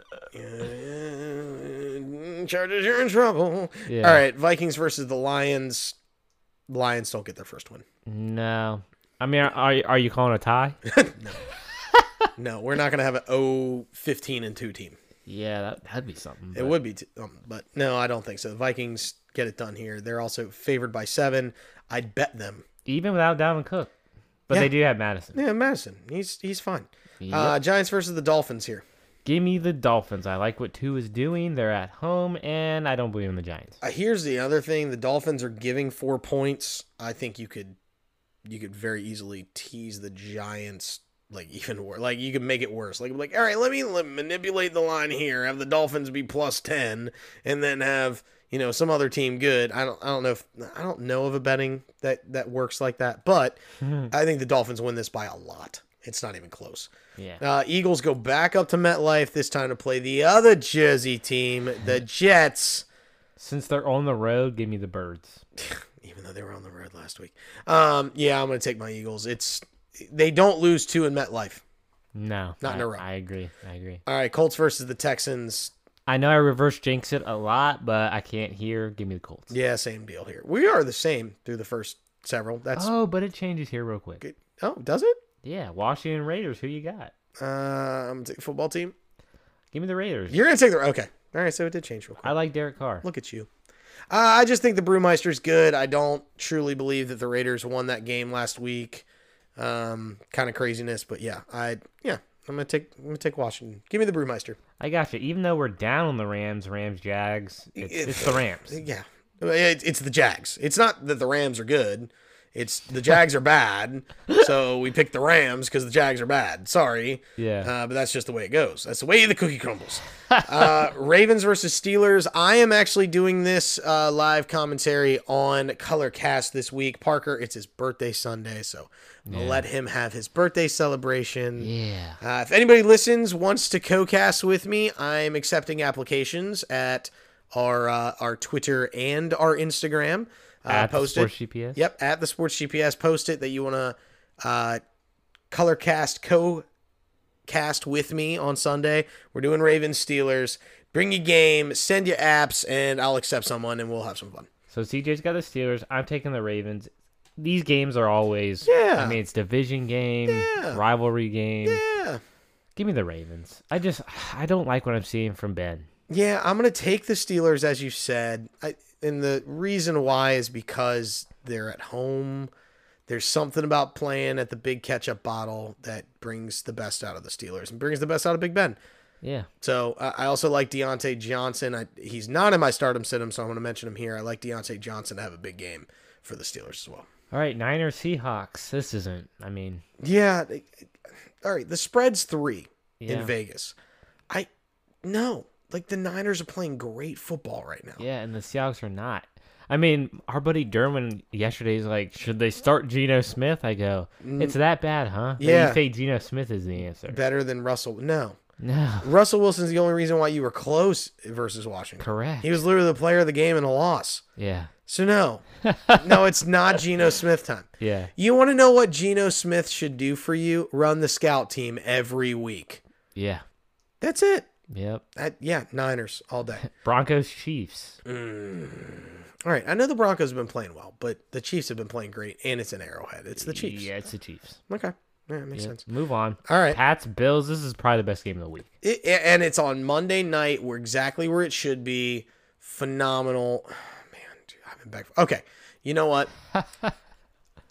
Speaker 2: uh, Chargers, you're in trouble.
Speaker 3: Yeah.
Speaker 2: All right, Vikings versus the Lions. Lions don't get their first win.
Speaker 3: No. I mean, are, are, are you calling a tie?
Speaker 2: No, we're not gonna have an 0 15 and two team.
Speaker 3: yeah, that, that'd be something.
Speaker 2: It
Speaker 3: but-
Speaker 2: would be, t- um, but no, I don't think so. The Vikings get it done here. They're also favored by seven. I'd bet them.
Speaker 3: Even without Dalvin Cook. But
Speaker 2: Yeah.
Speaker 3: they do have Madison.
Speaker 2: Yeah, Madison. He's he's fine. Uh, Giants versus the Dolphins here.
Speaker 3: Give me the Dolphins. I like what two is doing. They're at home, and I don't believe in the Giants.
Speaker 2: Uh, here's the other thing: the Dolphins are giving four points. I think you could, you could very easily tease the Giants like even worse. Like you could make it worse. Like like all right, let me let, manipulate the line here. Have the Dolphins be plus ten, and then have you know some other team good. I don't I don't know if I don't know of a betting that that works like that. But I think the Dolphins win this by a lot. It's not even close.
Speaker 3: Yeah.
Speaker 2: Uh, Eagles go back up to MetLife this time to play the other Jersey team, the Jets.
Speaker 3: Since they're on the road, give me the Birds.
Speaker 2: even though they were on the road last week. Um, yeah, I'm going to take my Eagles. It's they don't lose two in MetLife.
Speaker 3: No,
Speaker 2: Not
Speaker 3: I,
Speaker 2: in a row.
Speaker 3: I agree. I agree.
Speaker 2: All right, Colts versus the Texans.
Speaker 3: I know I reverse jinx it a lot, but I can't hear. Give me the Colts.
Speaker 2: Yeah, same deal here. We are the same through the first several. That's
Speaker 3: Oh, but it changes here real quick.
Speaker 2: good. Oh, does it?
Speaker 3: Yeah, Washington Raiders. Who you got?
Speaker 2: Um, I'm taking football team.
Speaker 3: Give me the Raiders.
Speaker 2: You're going to take the okay. All right, so it did change real quick.
Speaker 3: I like Derek Carr.
Speaker 2: Look at you. Uh, I just think the Brewmeister's good. I don't truly believe that the Raiders won that game last week. Um, kind of craziness, but yeah, I yeah, I'm gonna take I'm gonna take Washington. Give me the Brewmeister.
Speaker 3: I got you. Even though we're down on the Rams, Rams Jags, it's, it's the Rams.
Speaker 2: Yeah, it, it's the Jags. It's not that the Rams are good. It's the Jags are bad, so we picked the Rams because the Jags are bad. Sorry.
Speaker 3: Yeah.
Speaker 2: Uh, but that's just the way it goes. That's the way the cookie crumbles. uh, Ravens versus Steelers. I am actually doing this uh, live commentary on Colorcast this week. Parker, it's his birthday Sunday, so I'm gonna let him have his birthday celebration.
Speaker 3: Yeah.
Speaker 2: Uh, if anybody listens wants to co-cast with me, I'm accepting applications at our uh, our Twitter and our Instagram. Uh,
Speaker 3: At the
Speaker 2: post
Speaker 3: Sports
Speaker 2: it.
Speaker 3: GPS.
Speaker 2: Yep, at the Sports GPS. Post it that you want to uh, color cast co cast with me on Sunday. We're doing Ravens Steelers. Bring your game, send your apps, and I'll accept someone, and we'll have some fun.
Speaker 3: So CJ's got the Steelers. I'm taking the Ravens. These games are always.
Speaker 2: Yeah.
Speaker 3: I mean, it's division game,
Speaker 2: Yeah.
Speaker 3: rivalry game.
Speaker 2: Yeah.
Speaker 3: Give me the Ravens. I just I don't like what I'm seeing from Ben.
Speaker 2: Yeah, I'm going to take the Steelers as you said. I, and the reason why is because they're at home. There's something about playing at the big ketchup bottle that brings the best out of the Steelers and brings the best out of Big Ben.
Speaker 3: Yeah.
Speaker 2: So I I also like Deontay Johnson. I, he's not in my stardom sit-em, so I'm going to mention him here. I like Deontay Johnson to have a big game for the Steelers as well.
Speaker 3: All right, Niners Seahawks. This isn't. I mean,
Speaker 2: Yeah. they- All right. The spread's three
Speaker 3: Yeah.
Speaker 2: in Vegas. I no. Like the Niners are playing great football right now.
Speaker 3: yeah, and the Seahawks are not. I mean, our buddy Derwin yesterday's like, should they start Geno Smith? I go, it's that bad, huh? Then
Speaker 2: Mm. Yeah.
Speaker 3: You say Geno Smith is the answer.
Speaker 2: better than Russell. No,
Speaker 3: No.
Speaker 2: Russell Wilson's the only reason why you were close versus Washington.
Speaker 3: Correct.
Speaker 2: He was literally the player of the game in a loss.
Speaker 3: Yeah.
Speaker 2: So no, no, it's not Geno Smith time.
Speaker 3: Yeah.
Speaker 2: You want to know what Geno Smith should do for you? Run the scout team every week.
Speaker 3: Yeah.
Speaker 2: That's it.
Speaker 3: Yep.
Speaker 2: That- yeah, Niners all day.
Speaker 3: Broncos Chiefs.
Speaker 2: All right, I know the Broncos have been playing well, but the Chiefs have been playing great, and it's an Arrowhead. It's the Chiefs.
Speaker 3: Yeah, it's the Chiefs.
Speaker 2: Okay. Yeah, it makes sense.
Speaker 3: Move on.
Speaker 2: All right.
Speaker 3: Pats Bills. This is probably the best game of the week.
Speaker 2: It, a- and it's on Monday night. We're exactly where it should be. Phenomenal. Man, dude, I've been back. Okay. You know what?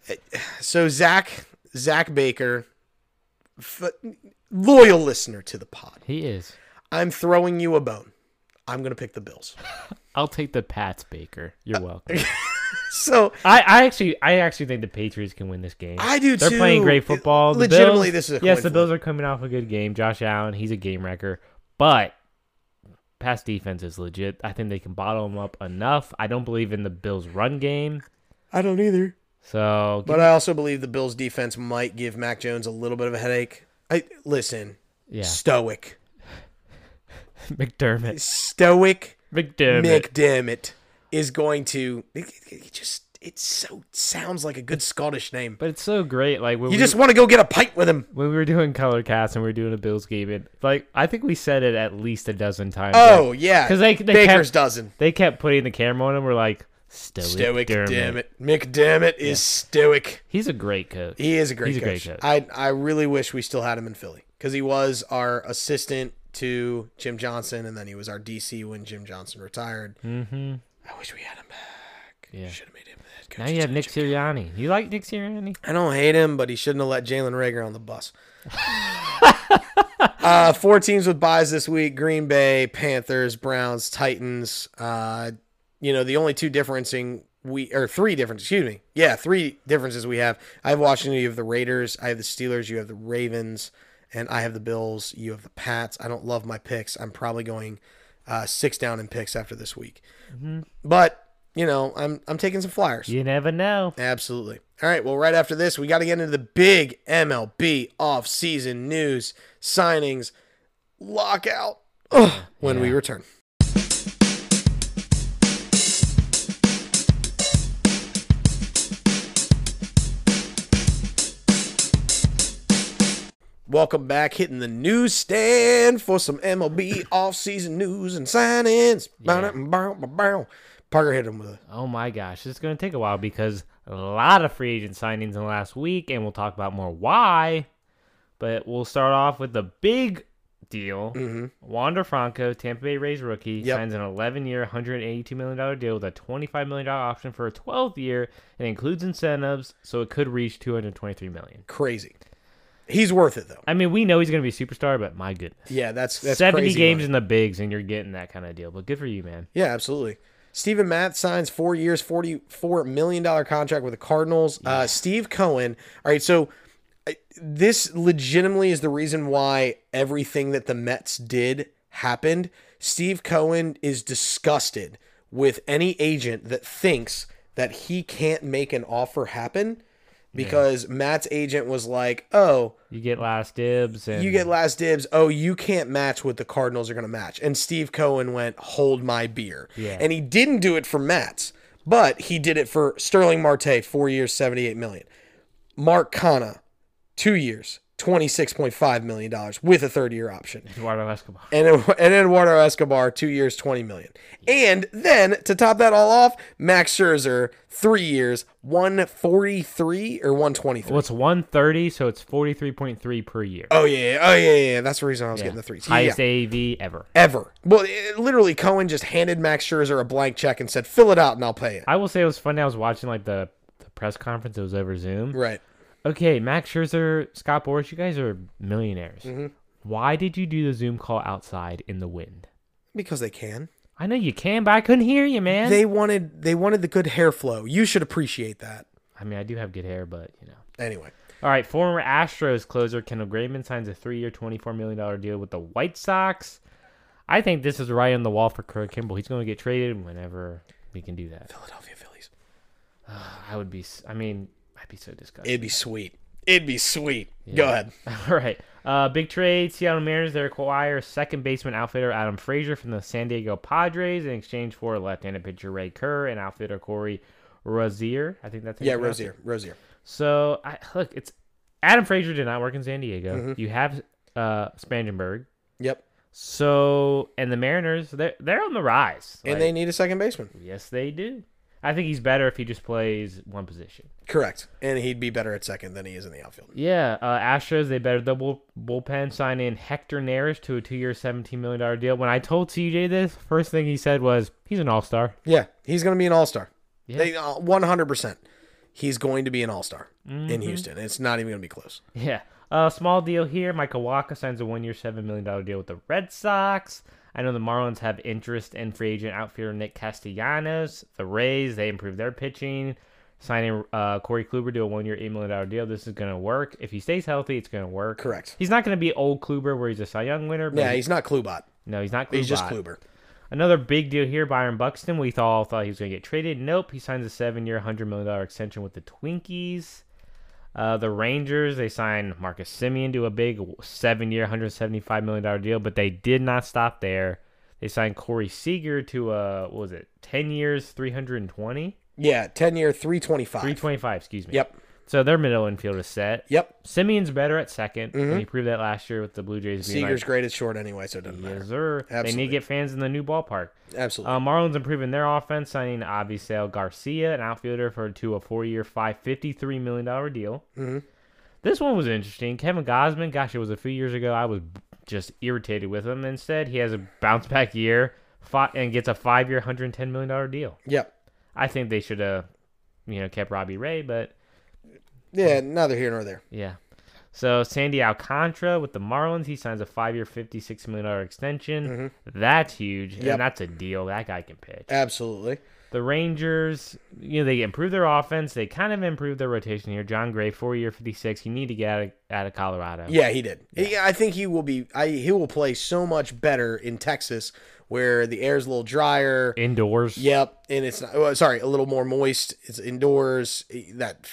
Speaker 2: It- so Zach, Zach Baker, f- loyal listener to the pod.
Speaker 3: He is.
Speaker 2: I'm throwing you a bone. I'm going to pick the Bills.
Speaker 3: I'll take the Pats Baker. You're welcome.
Speaker 2: So
Speaker 3: I, I actually I actually think the Patriots can win this game.
Speaker 2: I do
Speaker 3: They're
Speaker 2: too.
Speaker 3: playing great
Speaker 2: It-
Speaker 3: football. The
Speaker 2: legitimately,
Speaker 3: Bills-
Speaker 2: this is a coin
Speaker 3: yes. The
Speaker 2: flip.
Speaker 3: Bills are coming off a good game. Josh Allen, he's a game wrecker, but pass defense is legit. I think they can bottle him up enough. I don't believe in the Bills run game,
Speaker 2: I don't either.
Speaker 3: so
Speaker 2: But I also believe the Bills defense might give Mac Jones a little bit of a headache. I listen,
Speaker 3: yeah,
Speaker 2: stoic.
Speaker 3: McDermott,
Speaker 2: Stoic
Speaker 3: McDermott.
Speaker 2: McDermott is going to it, it- it just it so sounds like a good Scottish name.
Speaker 3: but it's so great. Like when
Speaker 2: You
Speaker 3: we,
Speaker 2: just want to go get a pint with him.
Speaker 3: when we were doing color cast and we were doing a Bills game, it, like I think we said it at least a dozen times.
Speaker 2: Oh yeah,
Speaker 3: 'Cause they- they
Speaker 2: Baker's
Speaker 3: kept-
Speaker 2: dozen.
Speaker 3: They kept putting the camera on him. We're like, stoic,
Speaker 2: Stoic,
Speaker 3: McDermott.
Speaker 2: damn it, McDermott is stoic.
Speaker 3: He's a great coach.
Speaker 2: He is a great
Speaker 3: He's a
Speaker 2: coach.
Speaker 3: great coach.
Speaker 2: I I really wish we still had him in Philly because he was our assistant to Jim Johnson, and then he was our DC when Jim Johnson retired.
Speaker 3: mm-hmm.
Speaker 2: I wish we had him back.
Speaker 3: Yeah.
Speaker 2: Should have made him the head coach.
Speaker 3: Now you
Speaker 2: of
Speaker 3: have Nick
Speaker 2: Jim-
Speaker 3: Sirianni. You like Nick Sirianni?
Speaker 2: I don't hate him, but he shouldn't have let Jalen Rager on the bus. uh, four teams with buys this week: Green Bay, Panthers, Browns, Titans. Uh, you know the only two differencing we or three difference. Excuse me, yeah, three differences we have. I have Washington. You have the Raiders. I have the Steelers. You have the Ravens, and I have the Bills. You have the Pats. I don't love my picks. I'm probably going uh, six down in picks after this week, but you know I'm I'm taking some flyers.
Speaker 3: You never know.
Speaker 2: Absolutely. All right. Well, right after this, we got to get into the big MLB offseason news, signings, lockout Ugh, when we
Speaker 3: Yeah.
Speaker 2: return. Welcome back, hitting the newsstand for some MLB offseason news and signings. Bow-dow-bow-bow-bow. Parker hit him with a
Speaker 3: Oh my gosh, it's going to take a while because a lot of free agent signings in the last week, and we'll talk about more why. But we'll start off with the big deal.
Speaker 2: Mhm.
Speaker 3: Wander Franco, Tampa Bay Rays rookie,
Speaker 2: Yep.
Speaker 3: signs an 11 year, $182 million deal with a $25 million option for a 12th year and includes incentives, so it could reach $223 million.
Speaker 2: crazy. He's worth it though.
Speaker 3: I mean, we know he's going to be a superstar, but my goodness.
Speaker 2: Yeah, that's that's
Speaker 3: 70
Speaker 2: crazy
Speaker 3: games
Speaker 2: money.
Speaker 3: in the bigs, and you're getting that kind of deal. But good for you, man.
Speaker 2: Yeah, absolutely. Stephen Matt signs four years, forty-four million dollar contract with the Cardinals. Uh, Steve Cohen. All right, so I, this legitimately is the reason why everything that the Mets did happened. Steve Cohen is disgusted with any agent that thinks that he can't make an offer happen because Matt's agent was like, "Oh,
Speaker 3: You get last dibs, and
Speaker 2: you get last dibs. Oh, you can't match what the Cardinals are going to match. And Steve Cohen went, hold my beer.
Speaker 3: Yeah.
Speaker 2: And he didn't do it for Mats, but he did it for Sterling Marte, four years, seventy-eight million. Mark Kana, two years, twenty-six point five million dollars with a third-year option.
Speaker 3: Eduardo Escobar.
Speaker 2: And and Eduardo Escobar, two years, twenty million. And then to top that all off, Max Scherzer, three years, one forty-three or one twenty-three.
Speaker 3: Well, it's 130, so it's 43.3 per year.
Speaker 2: Oh yeah, oh yeah, yeah, yeah. That's the reason I was getting the threes. Yeah, yeah.
Speaker 3: Highest AAV ever.
Speaker 2: ever. Well, it, literally, Cohen just handed Max Scherzer a blank check and said, "Fill it out, and I'll pay it."
Speaker 3: I will say it was funny. I was watching like the, the press conference. It was over Zoom.
Speaker 2: Right.
Speaker 3: Okay, Max Scherzer, Scott Boris, you guys are millionaires.
Speaker 2: Mm-hmm.
Speaker 3: Why did you do the Zoom call outside in the wind?
Speaker 2: Because they can.
Speaker 3: I know you can, but I couldn't hear you, man.
Speaker 2: They wanted they wanted the good hair flow. You should appreciate that.
Speaker 3: I mean, I do have good hair, but you know.
Speaker 2: Anyway,
Speaker 3: All right, former Astros closer Kendall Graveman signs a three-year, twenty-four million dollar deal with the White Sox. I think this is right on the wall for Kirk Kimball. He's going to get traded whenever we can do that.
Speaker 2: Philadelphia Phillies.
Speaker 3: I would be. s- I mean, I'd be so disgusted.
Speaker 2: It'd be sweet. It'd be sweet. Go ahead.
Speaker 3: All right. Uh, big trade. Seattle Mariners. They acquire second baseman outfielder Adam Frazier from the San Diego Padres in exchange for left-handed pitcher Ray Kerr and outfielder Corey Rozier. I think that's how you
Speaker 2: Yeah,
Speaker 3: pronounce it.
Speaker 2: Rosier. Rosier.
Speaker 3: So I look. It's Adam Frazier did not work in San Diego. You have uh, Spangenberg.
Speaker 2: Yep.
Speaker 3: So and the Mariners, they're they're on the rise.
Speaker 2: And they need a second baseman.
Speaker 3: they yes they do. I think he's better if he just plays one position.
Speaker 2: Correct. And he'd be better at second than he is in the outfield.
Speaker 3: Yeah, uh, Astros they better double bullpen sign in Hector Neris to a two-year, seventeen million dollar deal. When I told CJ this, first thing he said was he's an all-star.
Speaker 2: Yeah, he's going to be an all star. One hundred percent, he's going to be an all star in Houston. It's not even going to be close.
Speaker 3: Yeah, uh, small deal here. Michael Walker signs a one-year, seven million dollar deal with the Red Sox. I know the Marlins have interest in free agent outfielder Nick Castellanos. The Rays they improved their pitching, signing uh, Corey Kluber to a one-year, eight million dollar deal. This is going to work if he stays healthy. It's going to work.
Speaker 2: Correct.
Speaker 3: He's not going to be old Kluber where he's a Cy Young winner. But
Speaker 2: Yeah, he's not Klubot.
Speaker 3: no, he's not.
Speaker 2: He's just
Speaker 3: Klubot.
Speaker 2: Kluber.
Speaker 3: Another big deal here, Byron Buxton. We all thought he was going to get traded. Nope, he signs a seven-year, hundred million dollar extension with the Twinkies. Uh, the Rangers they signed Marcus Simeon to a big seven-year, hundred seventy-five million dollar deal, but they did not stop there. They signed Corey Seager to a what was it, ten years, three hundred and twenty,
Speaker 2: Yeah, ten year, three twenty
Speaker 3: three
Speaker 2: five.
Speaker 3: twenty-five, excuse me.
Speaker 2: Yep.
Speaker 3: So their middle infield is set.
Speaker 2: Yep. Mm-hmm.
Speaker 3: Simeon's better at 2nd and he proved that last year with the Blue Jays. Being
Speaker 2: Seager's great at short anyway, so it doesn't
Speaker 3: like,
Speaker 2: matter.
Speaker 3: yes, sir. They need
Speaker 2: Absolutely.
Speaker 3: to get fans in the new ballpark.
Speaker 2: Absolutely.
Speaker 3: Uh, Marlins improving their offense, signing Avisel Garcia, an outfielder, for to a four-year, five fifty-three million dollar deal.
Speaker 2: Mhm.
Speaker 3: This one was interesting. Kevin Gosman, gosh, it was a few years ago. I was just irritated with him. Instead, he has a bounce-back year fi- and gets a five-year, hundred ten million dollar deal.
Speaker 2: yep.
Speaker 3: I think they should have, you know, kept Robbie Ray, but
Speaker 2: Yeah, neither here nor there.
Speaker 3: yeah. So Sandy Alcantara with the Marlins, he signs a five-year, fifty-six million dollar extension. That's huge,
Speaker 2: Yep.
Speaker 3: and that's a deal. That guy can pitch.
Speaker 2: Absolutely.
Speaker 3: The Rangers, you know, they improved their offense. They kind of improved their rotation here. John Gray, four year, fifty six. You need to get out of, out of Colorado.
Speaker 2: Yeah, he did. He, I think he will be. I he will play so much better in Texas, where the air's a little drier.
Speaker 3: indoors.
Speaker 2: Yep, and it's not, oh, sorry, a little more moist. It's indoors. That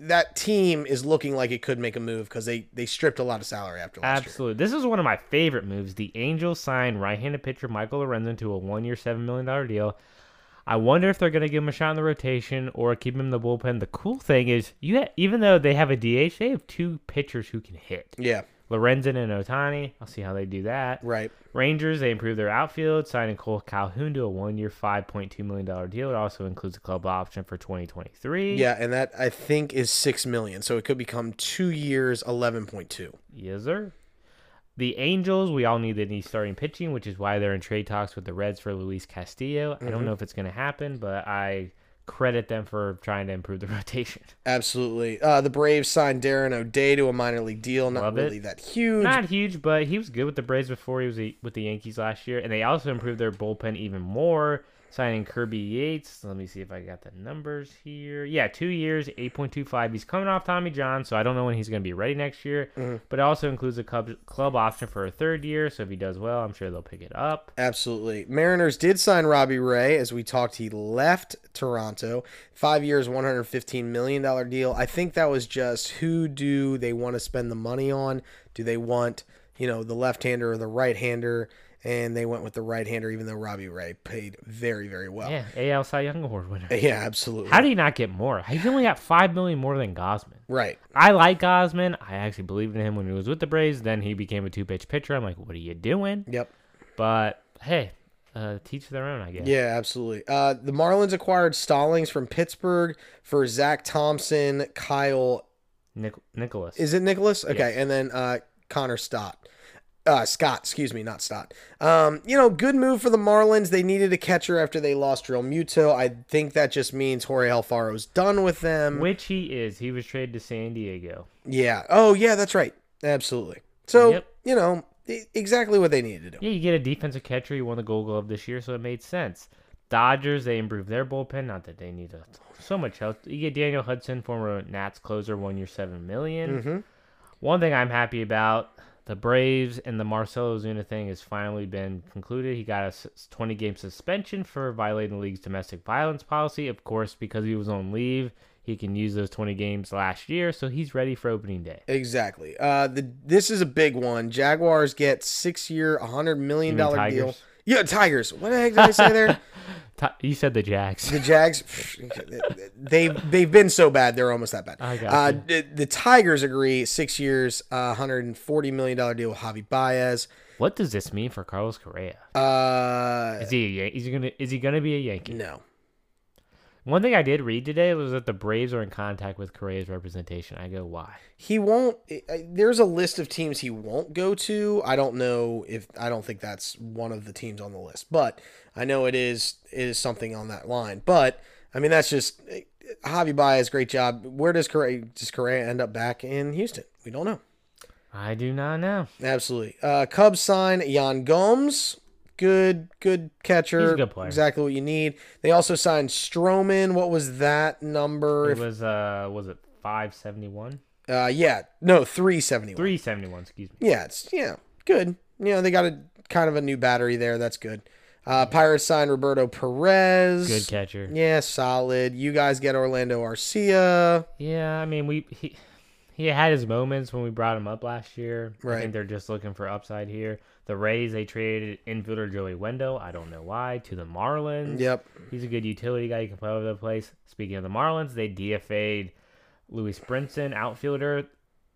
Speaker 2: that team is looking like it could make a move because they they stripped a lot of salary after last year.
Speaker 3: absolutely. This is one of my favorite moves. The Angels signed right handed pitcher Michael Lorenzen to a one year, seven million dollar deal. I wonder if they're going to give him a shot in the rotation or keep him in the bullpen. The cool thing is, you ha- even though they have a DH, they have two pitchers who can hit
Speaker 2: Yeah,
Speaker 3: Lorenzen and Otani. I'll see how they do that.
Speaker 2: right.
Speaker 3: Rangers, they improved their outfield, signing Cole Calhoun to a one year, $5.2 million deal. It also includes a club option for 2023.
Speaker 2: Yeah, and that I think is six million, so it could become two years, eleven point two.
Speaker 3: Yes, sir. The Angels, we all need they need starting pitching, which is why they're in trade talks with the Reds for Luis Castillo. I don't know if it's going to happen, but I credit them for trying to improve the rotation.
Speaker 2: Absolutely. Uh, the Braves signed Darren O'Day to a minor league deal. Not
Speaker 3: Love it.
Speaker 2: really that huge.
Speaker 3: Not huge, but he was good with the Braves before he was the- with the Yankees last year, and they also improved their bullpen even more, signing Kirby Yates. Let me see if I got the numbers here. Yeah, two years, eight point two five. He's coming off Tommy John, so I don't know when he's going to be ready next year. But it also includes a club club option for a third year, so if he does well, I'm sure they'll pick it up.
Speaker 2: Absolutely. Mariners did sign Robbie Ray. As we talked, he left Toronto. Five years, $115 million deal. I think that was just who do they want to spend the money on? Do they want, you know, the left hander or the right hander? And they went with the right hander, even though Robbie Ray paid very, very well. Yeah,
Speaker 3: Yeah, AL Cy Young Award winner.
Speaker 2: absolutely.
Speaker 3: How do you not get more? He only got five million more than Gosman.
Speaker 2: right.
Speaker 3: I like Gosman. I actually believed in him when he was with the Braves. Then he became a two pitch pitcher. I'm like, what are you doing?
Speaker 2: Yep.
Speaker 3: But hey, uh, teach their own, I guess.
Speaker 2: Yeah, absolutely. Uh, the Marlins acquired Stallings from Pittsburgh for Zach Thompson, Kyle
Speaker 3: Nic- Nicholas.
Speaker 2: Is it Nicholas? Okay,
Speaker 3: Yes.
Speaker 2: and then uh, Connor Stott. Uh, Scott, excuse me, not Stott. Um, you know, good move for the Marlins. They needed a catcher after they lost Real Muto. I think that just means Jorge Alfaro's done with them.
Speaker 3: Which he is. He was traded to San Diego.
Speaker 2: Yeah. Oh, yeah, that's right. Absolutely. So,
Speaker 3: Yep.
Speaker 2: you know, e- exactly what they needed to do.
Speaker 3: Yeah, you get a defensive catcher. He won the Gold Glove this year, so it made sense. Dodgers, they improved their bullpen. Not that they need a, so much help. You get Daniel Hudson, former Nats closer, one year, seven
Speaker 2: Mm-hmm.
Speaker 3: million. One thing I'm happy about: the Braves and the Marcelo Zuna thing has finally been concluded. He got a 20 game suspension for violating the league's domestic violence policy. Of course, because he was on leave, he can use those 20 games last year, so he's ready for opening day.
Speaker 2: Exactly. Uh, the this is a big one. Jaguars get six year, hundred million
Speaker 3: You mean
Speaker 2: dollar deal.
Speaker 3: Tigers?
Speaker 2: Yeah, Tigers. What the heck did I say there?
Speaker 3: Ti- You said the Jags.
Speaker 2: The Jags, pff, they they've been so bad, they're almost that bad.
Speaker 3: I got
Speaker 2: uh,
Speaker 3: you.
Speaker 2: the, the Tigers agree six years, uh, hundred and forty million dollar deal with Javi Baez.
Speaker 3: What does this mean for Carlos Correa?
Speaker 2: Uh,
Speaker 3: Is he a Yan- is he gonna is he gonna be a Yankee?
Speaker 2: no,
Speaker 3: One thing I did read today was that the Braves are in contact with Correa's representation. I go, why?
Speaker 2: He won't. I- I- There's a list of teams he won't go to. I don't know if I don't think that's one of the teams on the list, but I know it is it is something on that line. But I mean, that's just eh, Javi Baez. Great job. Where does Correa does Correa end up back in Houston? We don't know.
Speaker 3: I do not know.
Speaker 2: Absolutely. Uh, Cubs sign Jan Gomes. Good, good catcher.
Speaker 3: He's a good player.
Speaker 2: Exactly what you need. They also signed Stroman. What was that number?
Speaker 3: It
Speaker 2: If,
Speaker 3: was uh, was it five seventy one?
Speaker 2: uh, yeah, no, three seventy one.
Speaker 3: Three seventy one. Excuse me.
Speaker 2: Yeah, it's yeah, good. You know, they got a kind of a new battery there. That's good. Uh, Pirates signed Roberto Perez.
Speaker 3: Good catcher.
Speaker 2: Yeah, solid. You guys get Orlando Arcia.
Speaker 3: Yeah, I mean we he he had his moments when we brought him up last year. I
Speaker 2: Right.
Speaker 3: think they're just looking for upside here. The Rays they traded infielder Joey Wendell. I don't know why to the Marlins.
Speaker 2: Yep.
Speaker 3: He's a good utility guy. He can play all over the place. Speaking of the Marlins, they DFA'd Louis Brinson, outfielder.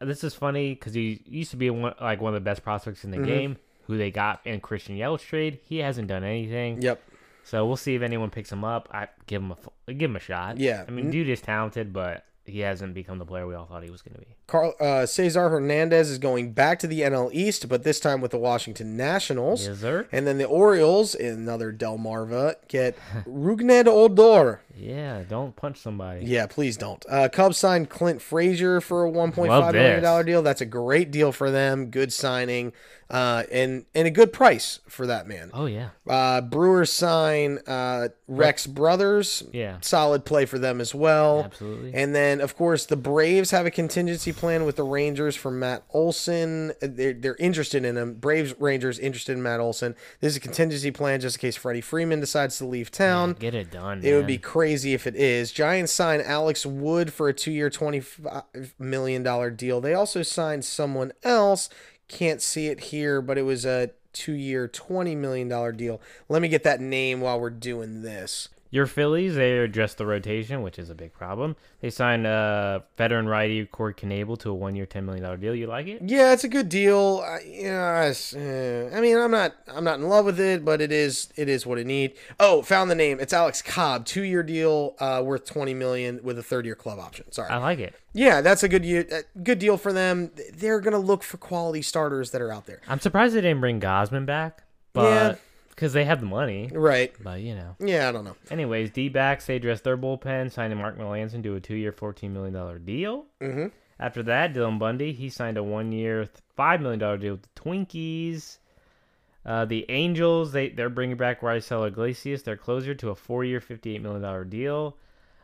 Speaker 3: This is funny because he used to be one, like one of the best prospects
Speaker 2: Mm-hmm.
Speaker 3: in the game. Who they got in Christian Yelich trade? He hasn't done anything.
Speaker 2: Yep.
Speaker 3: So we'll see if anyone picks him up. I give him a f- give him a shot.
Speaker 2: Yeah.
Speaker 3: I mean, dude is talented, but he hasn't become the player we all thought he was going to be.
Speaker 2: Carl uh, Cesar Hernandez is going back to the NL East, but this time with the Washington Nationals.
Speaker 3: Yes, sir.
Speaker 2: And then the Orioles, another Del Marva, get Rugned Odor.
Speaker 3: Yeah, don't punch somebody.
Speaker 2: Yeah, please don't. Uh, Cubs signed Clint Frazier for a one point
Speaker 3: Love
Speaker 2: five million dollar
Speaker 3: this.
Speaker 2: deal. That's a great deal for them. Good signing, uh, and and a good price for that man.
Speaker 3: Oh yeah.
Speaker 2: Uh, Brewers sign uh, Rex Brothers.
Speaker 3: Yeah.
Speaker 2: solid play for them as well.
Speaker 3: Absolutely.
Speaker 2: And then, of course, the Braves have a contingency plan with the Rangers for Matt Olson. Uh, They're, they're interested in him. Braves, Rangers interested in Matt Olson. This is a contingency plan just in case Freddie Freeman decides to leave town.
Speaker 3: Get it done.
Speaker 2: It would be
Speaker 3: man.
Speaker 2: crazy if it is. Giants sign Alex Wood for a two-year, twenty-five million dollar deal. They also signed someone else. Can't see it here, but it was a two-year, twenty million dollar deal. Let me get that name while we're doing this.
Speaker 3: Your Phillies, they addressed the rotation, which is a big problem. They signed uh, veteran righty Corey Knable to a one-year, ten million dollar deal. You like it?
Speaker 2: Yeah, it's a good deal. I, you know, I, s- eh, I mean, I'm not, I'm not in love with it, but it is, it is what it need. Oh, found the name. It's Alex Cobb, two-year deal, uh, worth twenty million with a third-year club option. Sorry.
Speaker 3: I like it.
Speaker 2: Yeah, that's a good year, uh, good deal for them. They're gonna look for quality starters that are out there,
Speaker 3: I'm surprised they didn't bring Gosman back,
Speaker 2: Yeah.
Speaker 3: but because they have the money.
Speaker 2: right?
Speaker 3: But you know.
Speaker 2: Yeah, I don't know.
Speaker 3: Anyways, D backs they addressed their bullpen, signing Mark Melanson to a two-year, fourteen million dollar deal.
Speaker 2: Mm-hmm.
Speaker 3: After that, Dylan Bundy he signed a one-year, th- five million dollar deal with the Twinkies. Uh, the Angels they they're bringing back Rysel Iglesias, their closer, to a four-year, fifty-eight million dollar deal.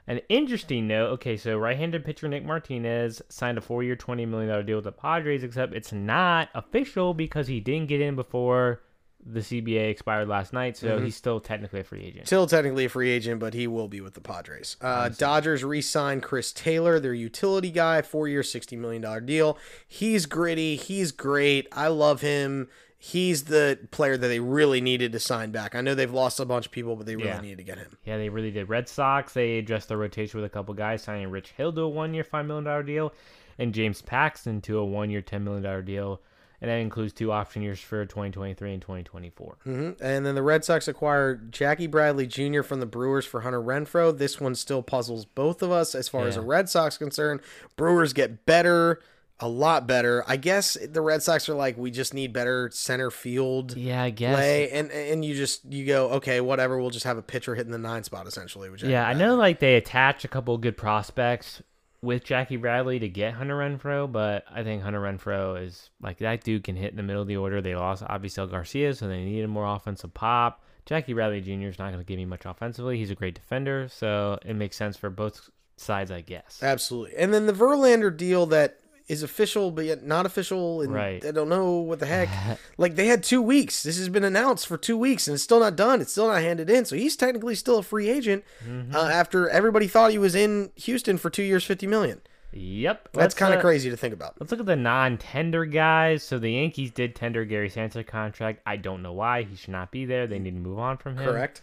Speaker 3: An interesting note. Okay, so right-handed pitcher Nick Martinez signed a four-year, twenty million dollar deal with the Padres, except it's not official because he didn't get in before the CBA expired last night, so he's still technically a free agent.
Speaker 2: Still technically a free agent, but he will be with the Padres. Uh, Dodgers re-signed Chris Taylor, their utility guy, four-year, sixty million dollar deal. He's gritty. He's great. I love him. He's the player that they really needed to sign back. I know they've lost a bunch of people, but they really
Speaker 3: Yeah.
Speaker 2: needed to get him.
Speaker 3: Yeah, they really did. Red Sox, they addressed their rotation with a couple guys, signing Rich Hill to a one year, $5 million deal, and James Paxton to a one year, $10 million deal. And that includes two option years for 2023 and 2024.
Speaker 2: hmm And then the Red Sox acquired Jackie Bradley Jr. from the Brewers for Hunter Renfro. This one still puzzles both of us as far as a
Speaker 3: Yeah.
Speaker 2: Red Sox concerned. Brewers get better, a lot better. I guess the Red Sox are like, we just need better center field
Speaker 3: Yeah, I guess.
Speaker 2: play, and and you just you go, okay, whatever. We'll just have a pitcher hitting the nine spot essentially. Which
Speaker 3: Yeah, I know like they attach a couple good prospects with Jackie Bradley to get Hunter Renfro, but I think Hunter Renfro is like that dude can hit in the middle of the order. They lost Abisel Garcia, so they needed more offensive pop. Jackie Bradley Jr. is not going to give me much offensively. He's a great defender, so it makes sense for both sides, I guess.
Speaker 2: Absolutely. And then the Verlander deal that is official but yet not official and
Speaker 3: Right.
Speaker 2: I don't know what the heck. like they had 2 weeks. This has been announced for 2 weeks and it's still not done. It's still not handed in. So he's technically still a free agent
Speaker 3: Mm-hmm.
Speaker 2: uh, after everybody thought he was in Houston for 2 years 50 million.
Speaker 3: Yep.
Speaker 2: That's
Speaker 3: let's,
Speaker 2: kind of
Speaker 3: uh,
Speaker 2: crazy to think about.
Speaker 3: Let's look at the non-tender guys. So the Yankees did tender Gary Sanchez contract. I don't know why he should not be there. They need to move on from him.
Speaker 2: Correct?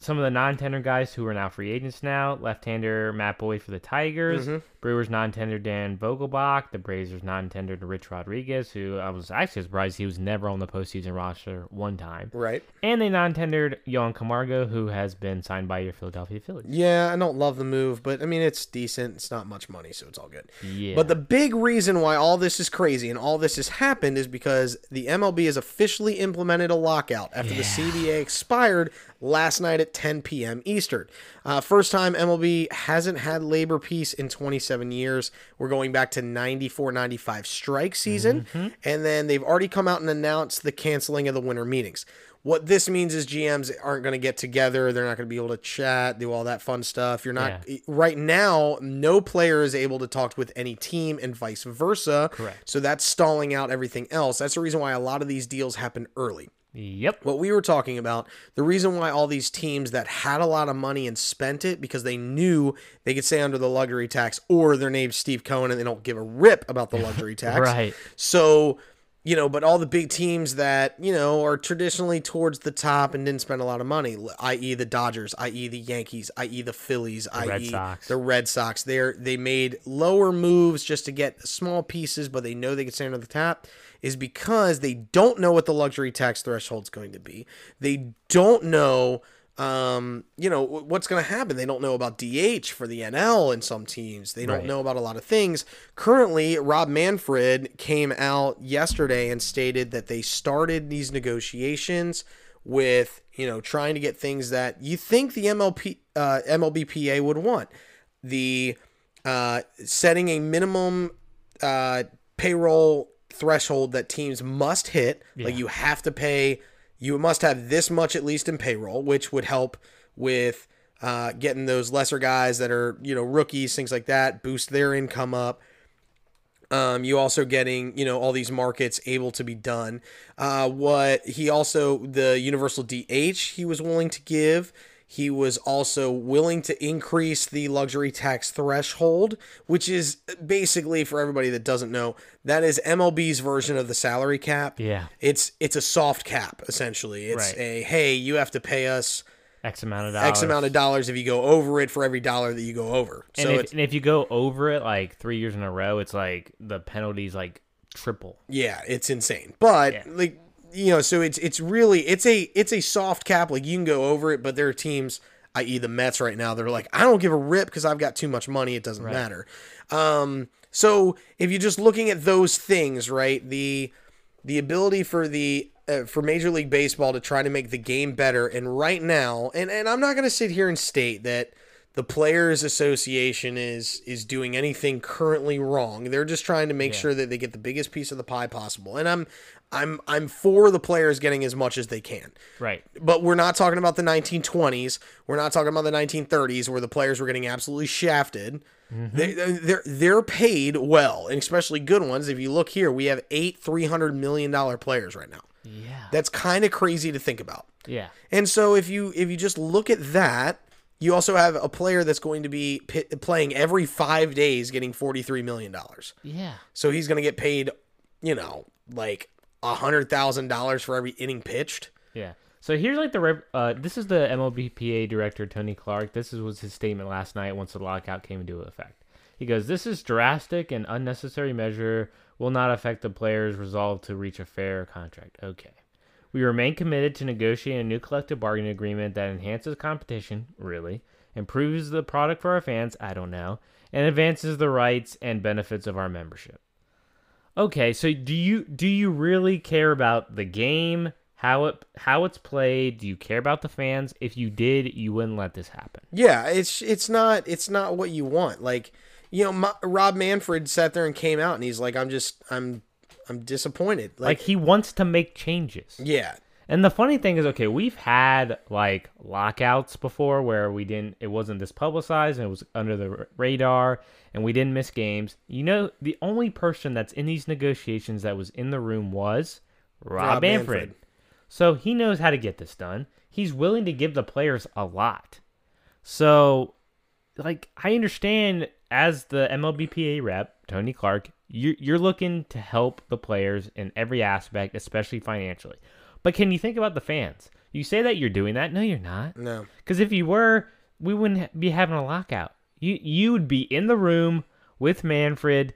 Speaker 3: some of the non-tender guys who are now free agents now. Left-hander Matt Boyd for the Tigers.
Speaker 2: Mm-hmm.
Speaker 3: Brewers non-tender Dan Vogelbach. The Brazers non-tendered Rich Rodriguez, who I was actually surprised he was never on the postseason roster one time.
Speaker 2: Right.
Speaker 3: And they non-tendered Yohan Camargo, who has been signed by your Philadelphia Phillies.
Speaker 2: Yeah, I don't love the move, but I mean it's decent. It's not much money, so it's all good.
Speaker 3: Yeah.
Speaker 2: But the big reason why all this is crazy and all this has happened is because the MLB has officially implemented a lockout after the CBA expired last night at 10 p.m. Eastern. Uh, first time MLB hasn't had labor peace in 27 years. We're going back to 94 95 strike season. And then they've already come out and announced the canceling of the winter meetings. What this means is GMs aren't going to get together. They're not going to be able to chat, do all that fun stuff. You're not right now. No player is able to talk with any team, and vice versa.
Speaker 3: Correct.
Speaker 2: So that's stalling out everything else. That's the reason why a lot of these deals happen early
Speaker 3: yep.
Speaker 2: what we were talking about, the reason why all these teams that had a lot of money and spent it because they knew they could stay under the luxury tax or their name's Steve Cohen and they don't give a rip about the luxury tax.
Speaker 3: Right.
Speaker 2: So, you know, but all the big teams that, you know, are traditionally towards the top and didn't spend a lot of money, l- i.e. the Dodgers, i.e. the Yankees, i.e. the Phillies, i.e.
Speaker 3: Red Sox.
Speaker 2: the Red Sox. They're they made lower moves just to get small pieces, but they know they can stay under the tap. Is because they don't know what the luxury tax threshold's going to be. They don't know, um, you know, wh- what's going to happen. They don't know about DH for the NL in some teams. They don't
Speaker 3: Right.
Speaker 2: know about a lot of things. Currently, Rob Manfred came out yesterday and stated that they started these negotiations with you know trying to get things that you think the MLP uh, MLBPA would want the uh, setting a minimum uh, payroll threshold that teams must hit. Like you have to pay, you must have this much at least in payroll, which would help with uh, getting those lesser guys that are you know rookies, things like that, boost their income up. Um, you also getting you know all these markets able to be done. Uh, what he also the universal DH he was willing to give. He was also willing to increase the luxury tax threshold, which is basically for everybody that doesn't know that is MLB's version of the salary cap.
Speaker 3: Yeah.
Speaker 2: it's it's a soft cap essentially. It's
Speaker 3: Right.
Speaker 2: a hey you have to pay us
Speaker 3: X amount of dollars.
Speaker 2: X amount of dollars if you go over it for every dollar that you go over. So
Speaker 3: And,
Speaker 2: it's
Speaker 3: if, and if you go over it like three years in a row, it's like the penalties like triple.
Speaker 2: Yeah, it's insane. But
Speaker 3: Yeah.
Speaker 2: like you know, so it's it's really it's a it's a soft cap. Like you can go over it, but there are teams, i.e. the Mets right now, they're like, I don't give a rip because I've got too much money. It doesn't matter. Um, so if you're just looking at those things, right, the the ability for the uh, for Major League Baseball to try to make the game better, and right now, and and I'm not going to sit here and state that the Players Association is is doing anything currently wrong. They're just trying to make sure that they get the biggest piece of the pie possible. And I'm I'm I'm for the players getting as much as they can
Speaker 3: Right.
Speaker 2: but we're not talking about the 1920s. We're not talking about the 1930s where the players were getting absolutely shafted. They, uh, they're they're paid well, and especially good ones. If you look here, we have eight three hundred million dollar players right now.
Speaker 3: Yeah.
Speaker 2: That's kind of crazy to think about.
Speaker 3: Yeah.
Speaker 2: And so if you if you just look at that, you also have a player that's going to be pi playing every five days, getting forty three million dollars.
Speaker 3: Yeah.
Speaker 2: So he's going to get paid, you know, like a hundred thousand dollars for every inning pitched.
Speaker 3: Yeah. So here's like the rep- uh, this is the MLBPA director Tony Clark. This is, was his statement last night once the lockout came into effect. He goes, "This is drastic and unnecessary measure will not affect the players' resolve to reach a fair contract." Okay. We remain committed to negotiating a new collective bargaining agreement that enhances competition, really, improves the product for our fans, I don't know, and advances the rights and benefits of our membership. Okay, so do you do you really care about the game, how it how it's played? Do you care about the fans? If you did, you wouldn't let this happen.
Speaker 2: Yeah, it's it's not it's not what you want. Like, you know, my, Rob Manfred sat there and came out and he's like, "I'm just I'm I'm disappointed."
Speaker 3: Like
Speaker 2: Like,
Speaker 3: he wants to make changes.
Speaker 2: yeah,
Speaker 3: And the funny thing is, okay, we've had like lockouts before where we didn't, it wasn't this publicized and it was under the r- radar and we didn't miss games. You know, the only person that's in these negotiations that was in the room was Rob,
Speaker 2: Rob
Speaker 3: Manfred.
Speaker 2: Manfred.
Speaker 3: So he knows how to get this done. He's willing to give the players a lot. So, like, I understand as the MLBPA rep, Tony Clark, you're, you're looking to help the players in every aspect, especially financially. But can you think about the fans? You say that you're doing that. No, you're not.
Speaker 2: No.
Speaker 3: Because if you were, we wouldn't ha- be having a lockout. You you would be in the room with Manfred,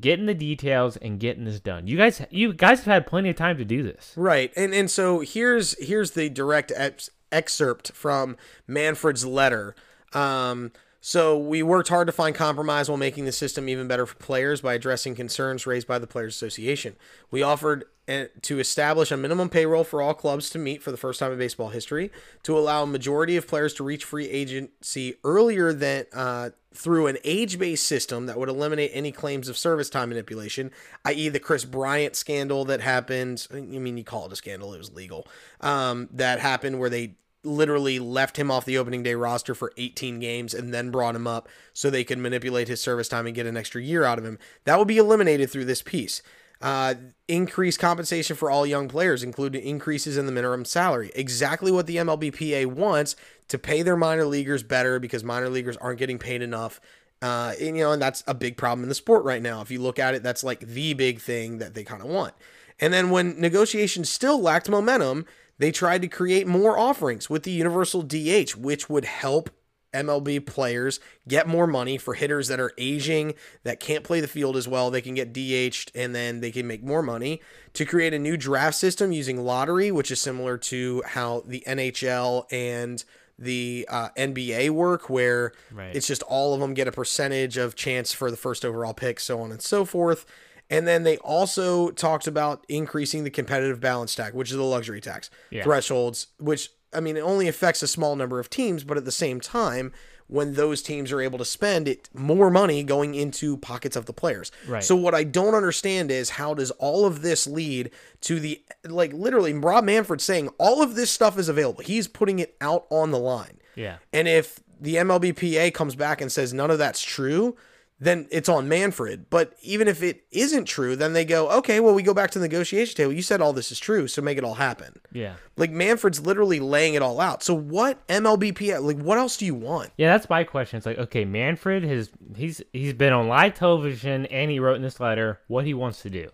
Speaker 3: getting the details and getting this done. You guys, you guys have had plenty of time to do this.
Speaker 2: Right. And and so here's here's the direct ex- excerpt from Manfred's letter. Um so we worked hard to find compromise while making the system even better for players by addressing concerns raised by the players association. We offered eh, to establish a minimum payroll for all clubs to meet for the first time in baseball history, to allow a majority of players to reach free agency earlier than uh, through an age-based system that would eliminate any claims of service time manipulation, e, i.e., the Chris Bryant scandal that happened. I mean, you call it a scandal; it was legal. Um, that happened where they literally left him off the opening day roster for 18 games and then brought him up so they could manipulate his service time and get an extra year out of him. That will be eliminated through this piece. Uh, increased compensation for all young players, including increases in the minimum salary. Exactly what the MLBPA wants to pay their minor leaguers better because minor leaguers aren't getting paid enough. Uh, and, you know, and that's a big problem in the sport right now. If you look at it, that's like the big thing that they kind of want. And then when negotiations still lacked momentum, they tried to create more offerings with the universal DH, which would help MLB players get more money for hitters that are aging, that can't play the field as well. They can get DH'd and then they can make more money to create a new draft system using lottery, which is similar to how the NHL and the uh, NBA work, where
Speaker 3: Right.
Speaker 2: it's just all of them get a percentage of chance for the first overall pick, so on and so forth. And then they also talked about increasing the competitive balance tax, which is the luxury tax
Speaker 3: Yeah.
Speaker 2: thresholds, which I mean, it only affects a small number of teams, but at the same time, when those teams are able to spend it more money going into pockets of the players.
Speaker 3: Right.
Speaker 2: So what I don't understand is how does all of this lead to the like literally Rob Manfred saying all of this stuff is available. He's putting it out on the line.
Speaker 3: Yeah.
Speaker 2: And if the MLBPA comes back and says none of that's true, then it's on Manfred. But even if it isn't true, then they go, okay, well, we go back to the negotiation table. You said all this is true, so make it all happen.
Speaker 3: Yeah.
Speaker 2: Like Manfred's literally laying it all out. So what MLBPA? Like what else do you want?
Speaker 3: Yeah, that's my question. It's like, okay, Manfred has he's he's been on live television and he wrote in this letter what he wants to do.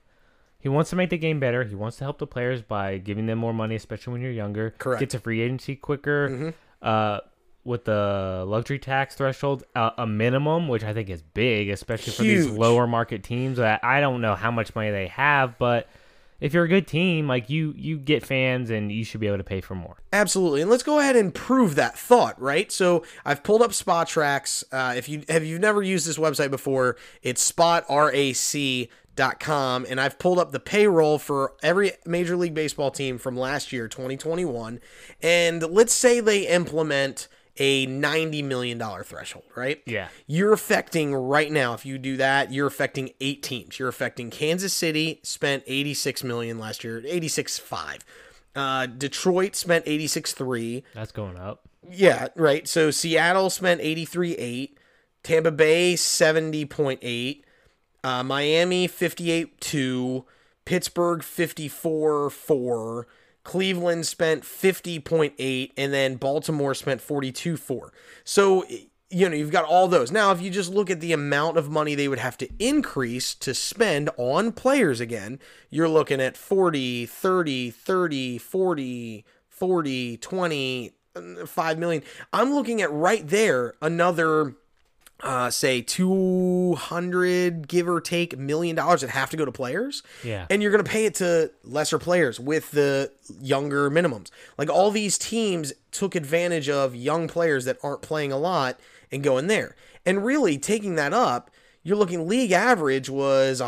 Speaker 3: He wants to make the game better. He wants to help the players by giving them more money, especially when you're younger.
Speaker 2: Correct. Mm-hmm.
Speaker 3: Get to free agency quicker. Uh, with the luxury tax threshold, uh, a minimum, which I think is big, especially for these
Speaker 2: Huge.
Speaker 3: lower market teams. That I don't know how much money they have, but if you're a good team, like you, you get fans, and you should be able to pay for more.
Speaker 2: Absolutely. And let's go ahead and prove that thought, right? So I've pulled up Spot Tracks. Uh, if you have you've never used this website before, it's spotrac.com and I've pulled up the payroll for every major league baseball team from last year, 2021. And let's say they implement a $90 million threshold, right?
Speaker 3: Yeah.
Speaker 2: You're affecting right now if you do that, you're affecting 8 teams. You're affecting Kansas City spent 86 million last year, 86.5. Uh Detroit spent 86.3.
Speaker 3: That's going up.
Speaker 2: Yeah, right. So Seattle spent 83.8, Tampa Bay 70.8, uh, Miami 58.2, Pittsburgh 54.4, Cleveland spent 50.8, and then Baltimore spent 42.4. So, y- you know, you've got all those. Now, if you just look at the amount of money they would have to increase to spend on players again, you're looking at 40, 30, 30, 40, 40, 20, uh, 5 million. I'm looking at right there another uh, say 200 give or take million dollars that have to go to players
Speaker 3: Yeah.
Speaker 2: and you're going to pay it to lesser players with the younger minimums like all these teams took advantage of young players that aren't playing a lot and going there and really taking that up you're looking league average was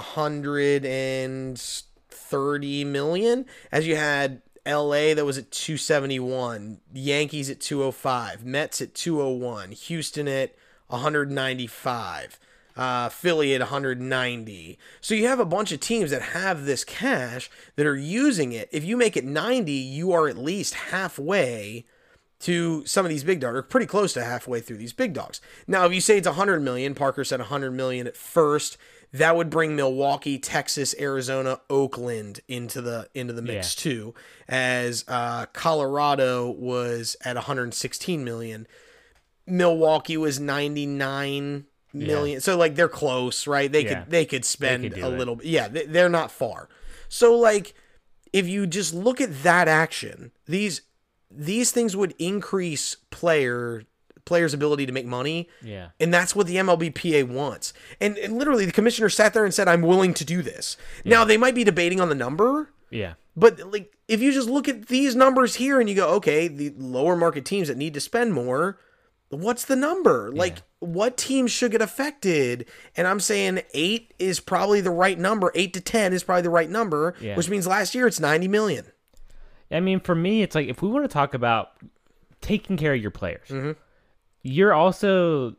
Speaker 2: 130 million as you had LA that was at 271, Yankees at 205, Mets at 201, Houston at 195, uh, Philly at 190. So you have a bunch of teams that have this cash that are using it. If you make it 90, you are at least halfway to some of these big dogs, or pretty close to halfway through these big dogs. Now, if you say it's 100 million, Parker said 100 million at first. That would bring Milwaukee, Texas, Arizona, Oakland into the into the mix too, as uh, Colorado was at 116 million. Milwaukee was 99 million. So like they're close, right? They
Speaker 3: Yeah.
Speaker 2: could they could spend
Speaker 3: do
Speaker 2: a
Speaker 3: it.
Speaker 2: little bit. Yeah, they, they're not far. So like if you just look at that action, these these things would increase player players' ability to make money.
Speaker 3: Yeah.
Speaker 2: And that's what the MLBPA wants. And, and literally, the commissioner sat there and said, "I'm willing to do this." Now they might be debating on the number,
Speaker 3: Yeah.
Speaker 2: but like if you just look at these numbers here and you go, "Okay, the lower market teams that need to spend more, what's the number? Like what teams should get affected?" And I'm saying 8 is probably the right number. 8 to 10 is probably the right number,
Speaker 3: Yeah.
Speaker 2: which means last year it's 90 million.
Speaker 3: I mean, for me, it's like if we want to talk about taking care of your players,
Speaker 2: Mm-hmm.
Speaker 3: you're also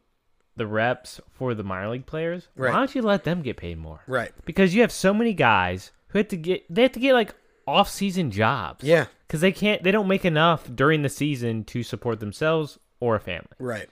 Speaker 3: the reps for the minor league players.
Speaker 2: Right.
Speaker 3: Why don't you let them get paid more?
Speaker 2: Right.
Speaker 3: Because you have so many guys who have to get they have to get like off season jobs.
Speaker 2: Yeah.
Speaker 3: Because they can't they don't make enough during the season to support themselves or a family.
Speaker 2: Right.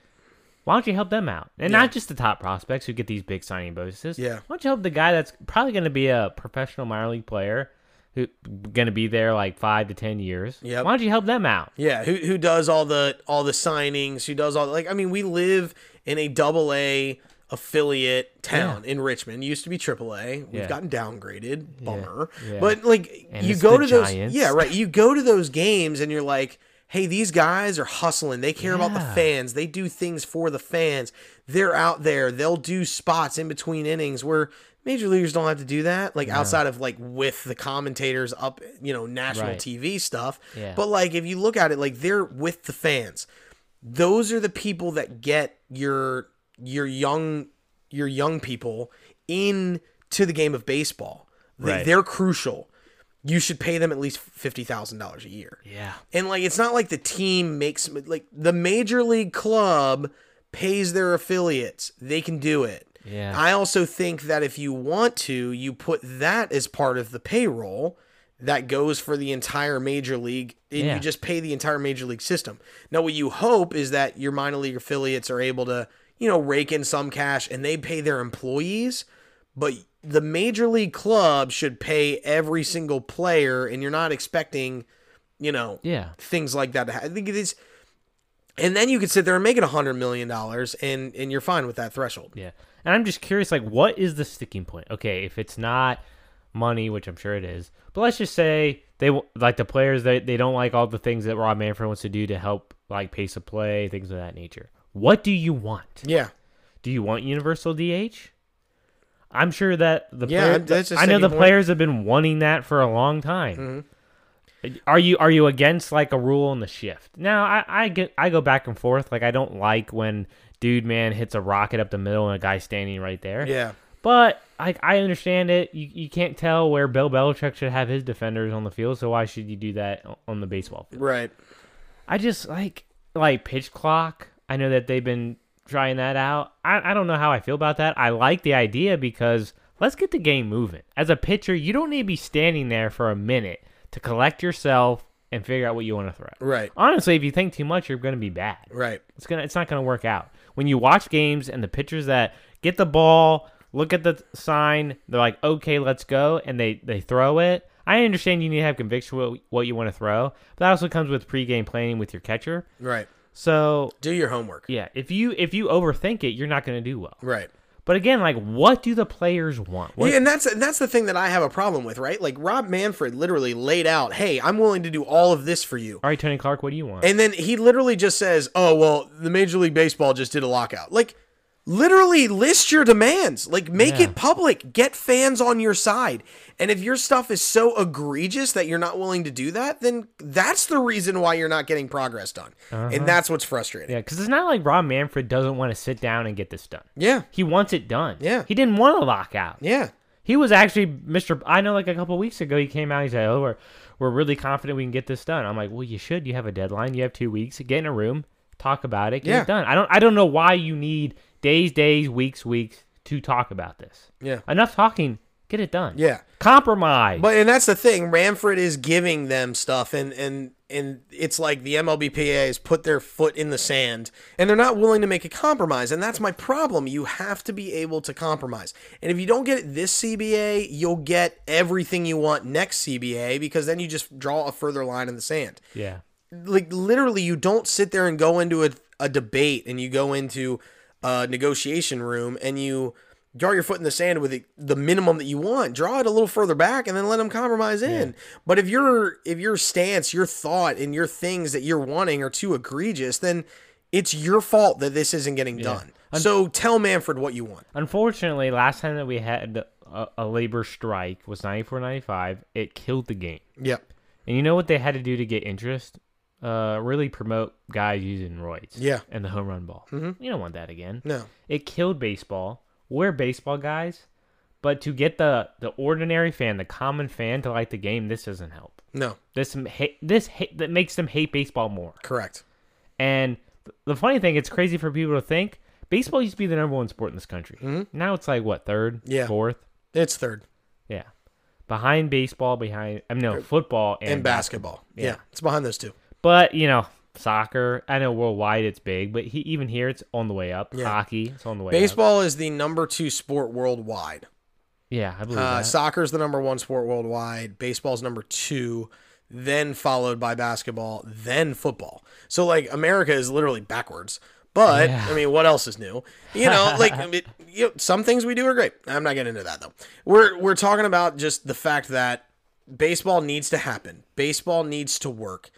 Speaker 3: Why don't you help them out? And
Speaker 2: Yeah.
Speaker 3: not just the top prospects who get these big signing bonuses.
Speaker 2: Yeah.
Speaker 3: Why don't you help the guy that's probably going to be a professional minor league player who going to be there like five to ten years?
Speaker 2: Yep.
Speaker 3: Why don't you help them out?
Speaker 2: Yeah, who who does all the all the signings? Who does all like? I mean, we live in a double A affiliate town in Richmond. Used to be triple A. We've
Speaker 3: Yeah.
Speaker 2: gotten downgraded. Bummer.
Speaker 3: yeah.
Speaker 2: But like,
Speaker 3: And
Speaker 2: you
Speaker 3: it's
Speaker 2: go
Speaker 3: the
Speaker 2: to those.
Speaker 3: Giants.
Speaker 2: Yeah, right. You go to those games and you're like, hey, these guys are hustling. They care about the
Speaker 3: Yeah.
Speaker 2: fans. They do things for the fans. They're out there. They'll do spots in between innings where. Major leaguers don't have to do that, like outside of like with the commentators up, you know, national
Speaker 3: Right.
Speaker 2: TV stuff.
Speaker 3: Yeah.
Speaker 2: But like if you look at it, like they're with the fans. Those are the people that get your your young your young people in to the game of baseball. They,
Speaker 3: Right.
Speaker 2: They're crucial. You should pay them at least fifty thousand dollars a year.
Speaker 3: Yeah.
Speaker 2: And like it's not like the team makes like the major league club pays their affiliates. They can do it.
Speaker 3: Yeah.
Speaker 2: I also think that if you want to, you put that as part of the payroll that goes for the entire major league and
Speaker 3: Yeah.
Speaker 2: you just pay the entire major league system. Now what you hope is that your minor league affiliates are able to, you know, rake in some cash and they pay their employees, but the major league club should pay every single player and you're not expecting, you know,
Speaker 3: Yeah.
Speaker 2: things like that. to ha- I think it is, and then you could sit there and make it a hundred million dollars, and and you're fine with that threshold.
Speaker 3: Yeah. And I'm just curious, like, what is the sticking point? Okay, if it's not money, which I'm sure it is, but let's just say they w- like the players they, they don't like all the things that Rob Manfred wants to do to help like pace of play, things of that nature. What do you want?
Speaker 2: Yeah,
Speaker 3: Do you want universal DH? I'm sure that the
Speaker 2: Yeah,
Speaker 3: player-
Speaker 2: that's a
Speaker 3: I know
Speaker 2: sticking
Speaker 3: the
Speaker 2: point.
Speaker 3: players have been wanting that for a long time.
Speaker 2: Mm-hmm.
Speaker 3: Are you are you against like a rule in the shift? Now I, I get I go back and forth. Like I don't like when dude man hits a rocket up the middle and a guy standing right there.
Speaker 2: yeah,
Speaker 3: But like I understand it. You, you can't tell where Bill Belichick should have his defenders on the field, so why should you do that o- on the baseball field?
Speaker 2: right.
Speaker 3: I just like like pitch clock. I know that they've been trying that out. I, I don't know how I feel about that. I like the idea because let's get the game moving. As a pitcher, you don't need to be standing there for a minute to collect yourself and figure out what you want to throw.
Speaker 2: Right.
Speaker 3: Honestly, if you think too much, you're going to be bad.
Speaker 2: Right.
Speaker 3: It's gonna it's not gonna work out. When you watch games and the pitchers that get the ball, look at the sign, they're like, okay, let's go, and they they throw it. I understand you need to have conviction what, what you want to throw, but that also comes with pregame planning with your catcher.
Speaker 2: Right.
Speaker 3: So
Speaker 2: Do your homework.
Speaker 3: yeah, if you if you overthink it, you're not gonna do well.
Speaker 2: Right.
Speaker 3: But again, like what do the players want? What,
Speaker 2: Yeah, and that's and that's the thing that I have a problem with, right? Like Rob Manfred literally laid out, "Hey, I'm willing to do all of this for you."
Speaker 3: All right, Tony Clark, what do you want?
Speaker 2: And then he literally just says, "Oh well, the Major League Baseball just did a lockout." Like, literally list your demands. Like, make
Speaker 3: Yeah.
Speaker 2: it public. Get fans on your side. And if your stuff is so egregious that you're not willing to do that, then that's the reason why you're not getting progress done.
Speaker 3: Uh-huh.
Speaker 2: And that's what's frustrating.
Speaker 3: yeah, because it's not like Rob Manfred doesn't want to sit down and get this done.
Speaker 2: Yeah,
Speaker 3: He wants it done.
Speaker 2: Yeah.
Speaker 3: He didn't want a lockout.
Speaker 2: yeah,
Speaker 3: He was actually Mr. I know like a couple weeks ago he came out and he said, "Oh, we're we're really confident we can get this done." I'm like, "Well, you should. You have a deadline. You have 2 weeks. Get in a room, talk about it, get
Speaker 2: Yeah.
Speaker 3: it done." I don't I don't know why you need days, days, weeks, weeks to talk about this.
Speaker 2: yeah,
Speaker 3: Enough talking. Get it done.
Speaker 2: yeah.
Speaker 3: Compromise.
Speaker 2: But and that's the thing, Ramford is giving them stuff, and and and it's like the MLBPA has put their foot in the sand, and they're not willing to make a compromise, and that's my problem. You have to be able to compromise, and if you don't get it this CBA, you'll get everything you want next CBA because then you just draw a further line in the sand
Speaker 3: yeah.
Speaker 2: like literally you don't sit there and go into a, a debate and you go into a negotiation room and you jar your foot in the sand with the, the minimum that you want. Draw it a little further back and then let them compromise in. But if your if your stance, your thought, and your things that you're wanting are too egregious, then it's your fault that this isn't getting done. so tell Manfred what you want.
Speaker 3: Unfortunately, last time that we had a, a labor strike was 94 95. It killed the game.
Speaker 2: Yep.
Speaker 3: And you know what they had to do to get interest? Uh, really promote guys using roids.
Speaker 2: Yeah.
Speaker 3: And the home run ball. Mm-hmm. You don't want that again.
Speaker 2: No.
Speaker 3: It killed baseball. We're baseball guys, but to get the the ordinary fan, the common fan, to like the game, this doesn't help.
Speaker 2: No.
Speaker 3: This m- ha- this hate that makes them hate baseball more.
Speaker 2: Correct.
Speaker 3: And th- the funny thing, it's crazy for people to think baseball used to be the number one sport in this country. Now it's like what third,
Speaker 2: Yeah.
Speaker 3: fourth,
Speaker 2: It's third.
Speaker 3: yeah, behind baseball, behind I mean, no football and,
Speaker 2: And, basketball. Yeah. It's behind those two.
Speaker 3: But you know, soccer. I know worldwide it's big, but he, even here it's on the way up.
Speaker 2: Yeah.
Speaker 3: Hockey, it's on the way up.
Speaker 2: Baseball is the number two sport worldwide.
Speaker 3: Yeah, I believe
Speaker 2: Uh,
Speaker 3: that.
Speaker 2: soccer's the number one sport worldwide. Baseball's number two, then followed by basketball, then football. So like America is literally backwards. But
Speaker 3: Yeah.
Speaker 2: I mean, what else is new? You know, like I mean, you know, some things we do are great. I'm not getting into that though. We're we're talking about just the fact that baseball needs to happen. Baseball needs to work.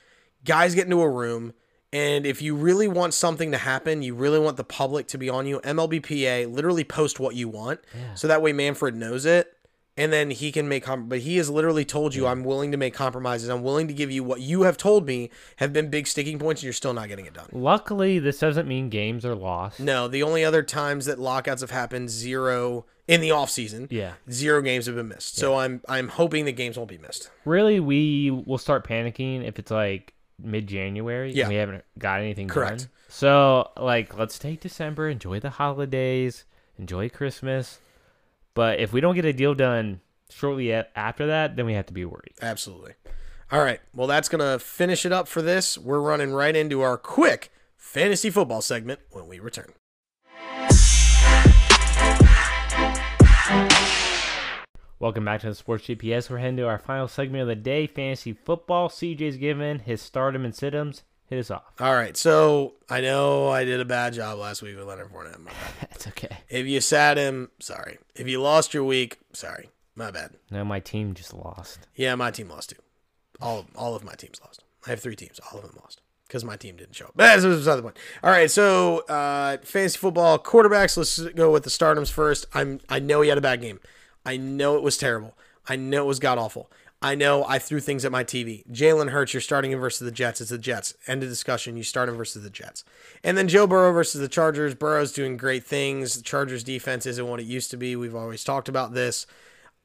Speaker 2: Guys get into a room. And if you really want something to happen, you really want the public to be on you, MLBPA literally post what you want. So that way Manfred knows it and then he can make com- but he has literally told you i'm willing to make compromises i'm willing to give you what you have told me have been big sticking points and you're still not getting it
Speaker 3: Mm.
Speaker 2: done
Speaker 3: Luckily, this doesn't mean games are lost.
Speaker 2: no the only other times that lockouts have happened zero in the off season
Speaker 3: Yeah.
Speaker 2: zero games have been missed so i'm i'm hoping the games won't be missed
Speaker 3: Really, we will start panicking if it's like mid-January
Speaker 2: Yeah.
Speaker 3: and we haven't got anything
Speaker 2: Correct.
Speaker 3: done. So, like, let's take December, enjoy the holidays, enjoy Christmas. But if we don't get a deal done shortly a- after that, then we have to be worried.
Speaker 2: absolutely all right well that's gonna finish it up for this we're running right into our quick fantasy football segment when we return
Speaker 3: Welcome back to the Sports GPS. We're heading to our final segment of the day, fantasy football. CJ's given his stardom and situms. Hit us off.
Speaker 2: all right so i know i did a bad job last week with leonard Fournette. My bad.
Speaker 3: That's okay.
Speaker 2: If you sat him, sorry. If you lost your week, sorry. My bad.
Speaker 3: No, my team just lost.
Speaker 2: Yeah, my team lost too. All of, all of my teams lost. I have three teams. All of them lost because my team didn't show up. But that's beside the point. All right, so uh, fantasy football quarterbacks. Let's go with the stardoms first. I'm I know he had a bad game. I know it was terrible. I know it was god awful. I know I threw things at my TV. Jalen Hurts, you're starting him versus the Jets. It's the Jets. End of discussion. You start him versus the Jets. And then Joe Burrow versus the Chargers. Burrow's doing great things. The Chargers defense isn't what it used to be. We've always talked about this.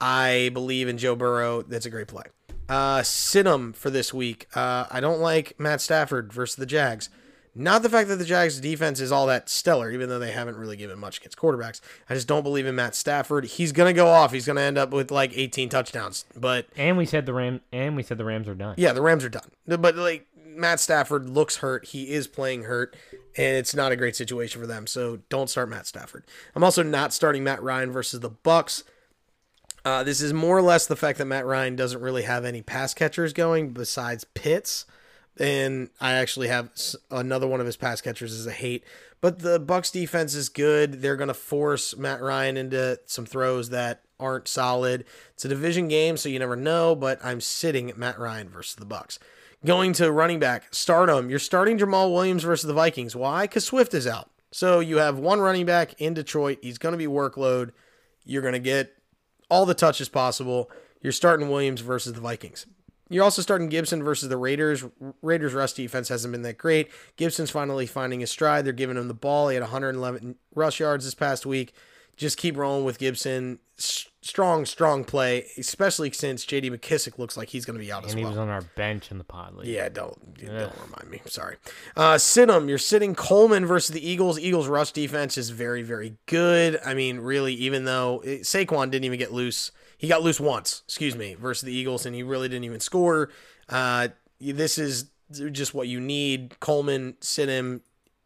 Speaker 2: I believe in Joe Burrow. That's a great play. Uh, Sidham for this week. Uh, I don't like Matt Stafford versus the Jags. Not the fact that the Jags' defense is all that stellar, even though they haven't really given much against quarterbacks. I just don't believe in Matt Stafford. He's gonna go off. He's gonna end up with like 18 touchdowns. But
Speaker 3: And we said the Ram and we said the Rams are done.
Speaker 2: yeah, the Rams are done. But like Matt Stafford looks hurt. He is playing hurt, and it's not a great situation for them. So don't start Matt Stafford. I'm also not starting Matt Ryan versus the Bucks. Uh, this is more or less the fact that Matt Ryan doesn't really have any pass catchers going besides Pitts, and I actually have s- another one of his pass catchers is a hate. But the Bucks defense is good. They're going to force Matt Ryan into some throws that aren't solid. It's a division game, so you never know. But I'm sitting at Matt Ryan versus the Bucks. Going to running back, stardom. You're starting Jamal Williams versus the Vikings. Why? Because Swift is out. So you have one running back in Detroit. He's going to be workload. You're going to get all the touches possible. You're starting Williams versus the Vikings. You're also starting Gibson versus the Raiders. Raiders' rush defense hasn't been that great. Gibson's finally finding his stride. They're giving him the ball. He had 111 rush yards this past week. Just keep rolling with Gibson. S- strong, strong play, especially since J.D. McKissick looks like he's going to be out as
Speaker 3: And he
Speaker 2: well.
Speaker 3: was on our bench in the pod league.
Speaker 2: Yeah, don't don't remind me. Sorry. Uh Sidham, you're sitting Coleman versus the Eagles. Eagles rush defense is very, very good. I mean, really, even though it, Saquon didn't even get loose. He got loose once, excuse me, versus the Eagles, and he really didn't even score. Uh this is just what you need. Coleman, Sidham,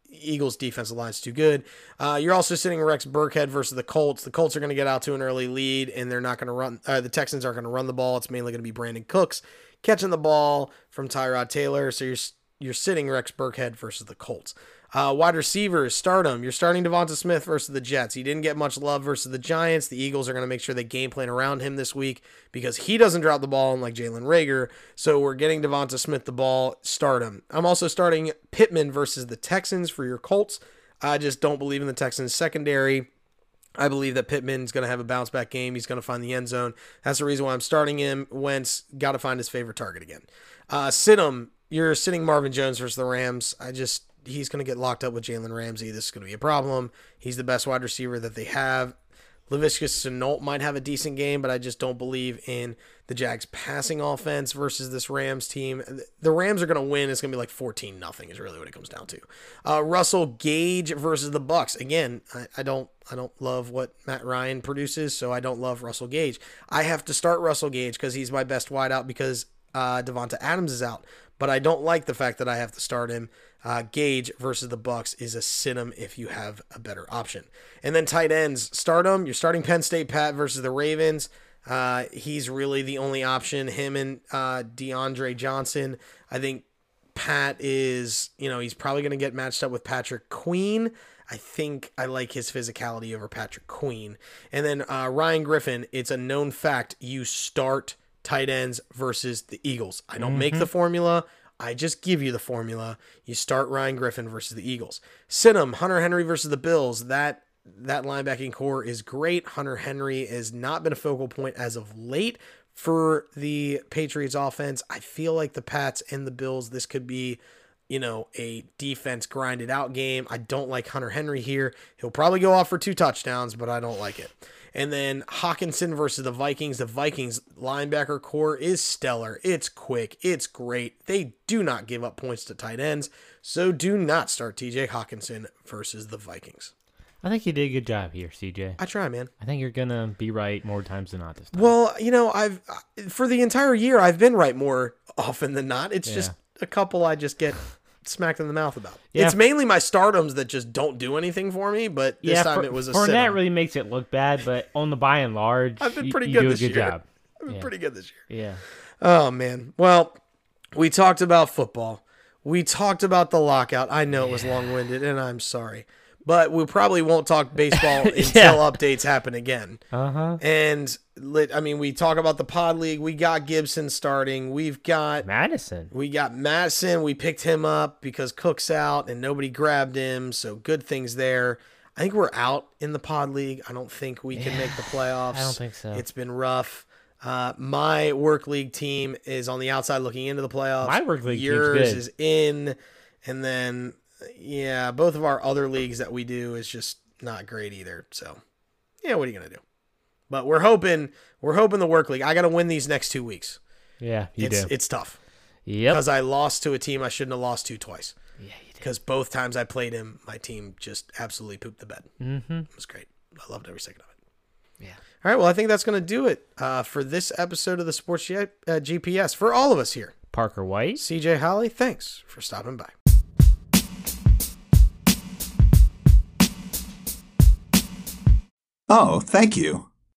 Speaker 2: Eagles defensive line's too good. Uh, you're also sitting Rex Burkhead versus the Colts. The Colts are going to get out to an early lead, and they're not going to run. Uh, the Texans aren't going to run the ball. It's mainly going to be Brandon Cooks catching the ball from Tyrod Taylor. So you're s- you're sitting Rex Burkhead versus the Colts. Uh, wide receivers, stardom. You're starting Devonta Smith versus the Jets. He didn't get much love versus the Giants. The Eagles are going to make sure they game plan around him this week because he doesn't drop the ball unlike Jalen Rager. So we're getting Devonta Smith the ball. Stardom. I'm also starting Pittman versus the Texans for your Colts. I just don't believe in the Texans secondary. I believe that Pittman's going to have a bounce back game. He's going to find the end zone. That's the reason why I'm starting him. Wentz got to find his favorite target again. Uh, Sidham, you're sitting Marvin Jones versus the Rams. I just he's going to get locked up with Jalen Ramsey. This is going to be a problem. He's the best wide receiver that they have. Lavisca Sinault might have a decent game, but I just don't believe in the Jags passing offense versus this Rams team. The Rams are going to win. It's going to be like 14 nothing is really what it comes down to. Uh, Russell Gage versus the Bucks. Again, I, I don't I don't love what Matt Ryan produces, so I don't love Russell Gage. I have to start Russell Gage because he's my best wideout because uh, Devonta Adams is out, but I don't like the fact that I have to start him. Uh, Gage versus the Bucks is a sinum if you have a better option. And then tight ends, stardom. You're starting Penn State Pat versus the Ravens. Uh, he's really the only option. Him and uh, DeAndre Johnson. I think Pat is, you know, he's probably going to get matched up with Patrick Queen. I think I like his physicality over Patrick Queen. And then uh, Ryan Griffin. It's a known fact. You start tight ends versus the Eagles. I don't make the formula. I just give you the formula. You start Ryan Griffin versus the Eagles. Sidham, Hunter Henry versus the Bills. That that linebacking core is great. Hunter Henry has not been a focal point as of late for the Patriots offense. I feel like the Pats and the Bills, this could be, you know, a defense grinded out game. I don't like Hunter Henry here. He'll probably go off for two touchdowns, but I don't like it. And then Hawkinson versus the Vikings. The Vikings linebacker core is stellar. It's quick. It's great. They do not give up points to tight ends. So do not start TJ Hawkinson versus the Vikings.
Speaker 3: I think you did a good job here, CJ.
Speaker 2: I try, man.
Speaker 3: I think you're gonna be right more times than not this time.
Speaker 2: Well, you know, I've for the entire year I've been right more often than not. It's just a couple I just get smacked in the mouth about.
Speaker 3: Yeah.
Speaker 2: It's mainly my stardoms that just don't do anything for me, but this time
Speaker 3: Four-
Speaker 2: it was a
Speaker 3: Fournette
Speaker 2: sit.
Speaker 3: really makes it look bad, but on the by and large,
Speaker 2: I've been
Speaker 3: you-
Speaker 2: pretty
Speaker 3: you
Speaker 2: good
Speaker 3: do a
Speaker 2: this
Speaker 3: good
Speaker 2: year.
Speaker 3: job.
Speaker 2: I've been
Speaker 3: yeah.
Speaker 2: pretty good this year.
Speaker 3: Yeah,
Speaker 2: Oh man. Well, we talked about football. We talked about the lockout. I know it was long-winded and I'm sorry. But we probably won't talk baseball until updates happen again.
Speaker 3: uh huh.
Speaker 2: And lit, I mean, we talk about the pod league. We got Gibson starting. We've got
Speaker 3: Madison.
Speaker 2: we got Madison. We picked him up because Cook's out and nobody grabbed him. So good things there. I think we're out in the pod league. I don't think we can make the playoffs.
Speaker 3: I don't think so.
Speaker 2: It's been rough. Uh, my work league team is on the outside looking into the playoffs.
Speaker 3: My work league team's
Speaker 2: Yours
Speaker 3: good.
Speaker 2: is in, and then yeah, both of our other leagues that we do is just not great either. So yeah, what are you gonna do? But we're hoping we're hoping the work league. I got to win these next two weeks.
Speaker 3: Yeah, you
Speaker 2: it's
Speaker 3: do.
Speaker 2: it's tough
Speaker 3: yep.
Speaker 2: because I lost to a team I shouldn't have lost to twice.
Speaker 3: Yeah, you do.
Speaker 2: Because both times I played him, my team just absolutely pooped the bed.
Speaker 3: Mm-hmm.
Speaker 2: It was great. I loved every second of it.
Speaker 3: Yeah.
Speaker 2: All right. Well, I think that's going to do it uh, for this episode of the Sports G- uh, GPS for all of us here.
Speaker 3: Parker White.
Speaker 2: CJ Holly, thanks for stopping by.
Speaker 4: Oh, thank you.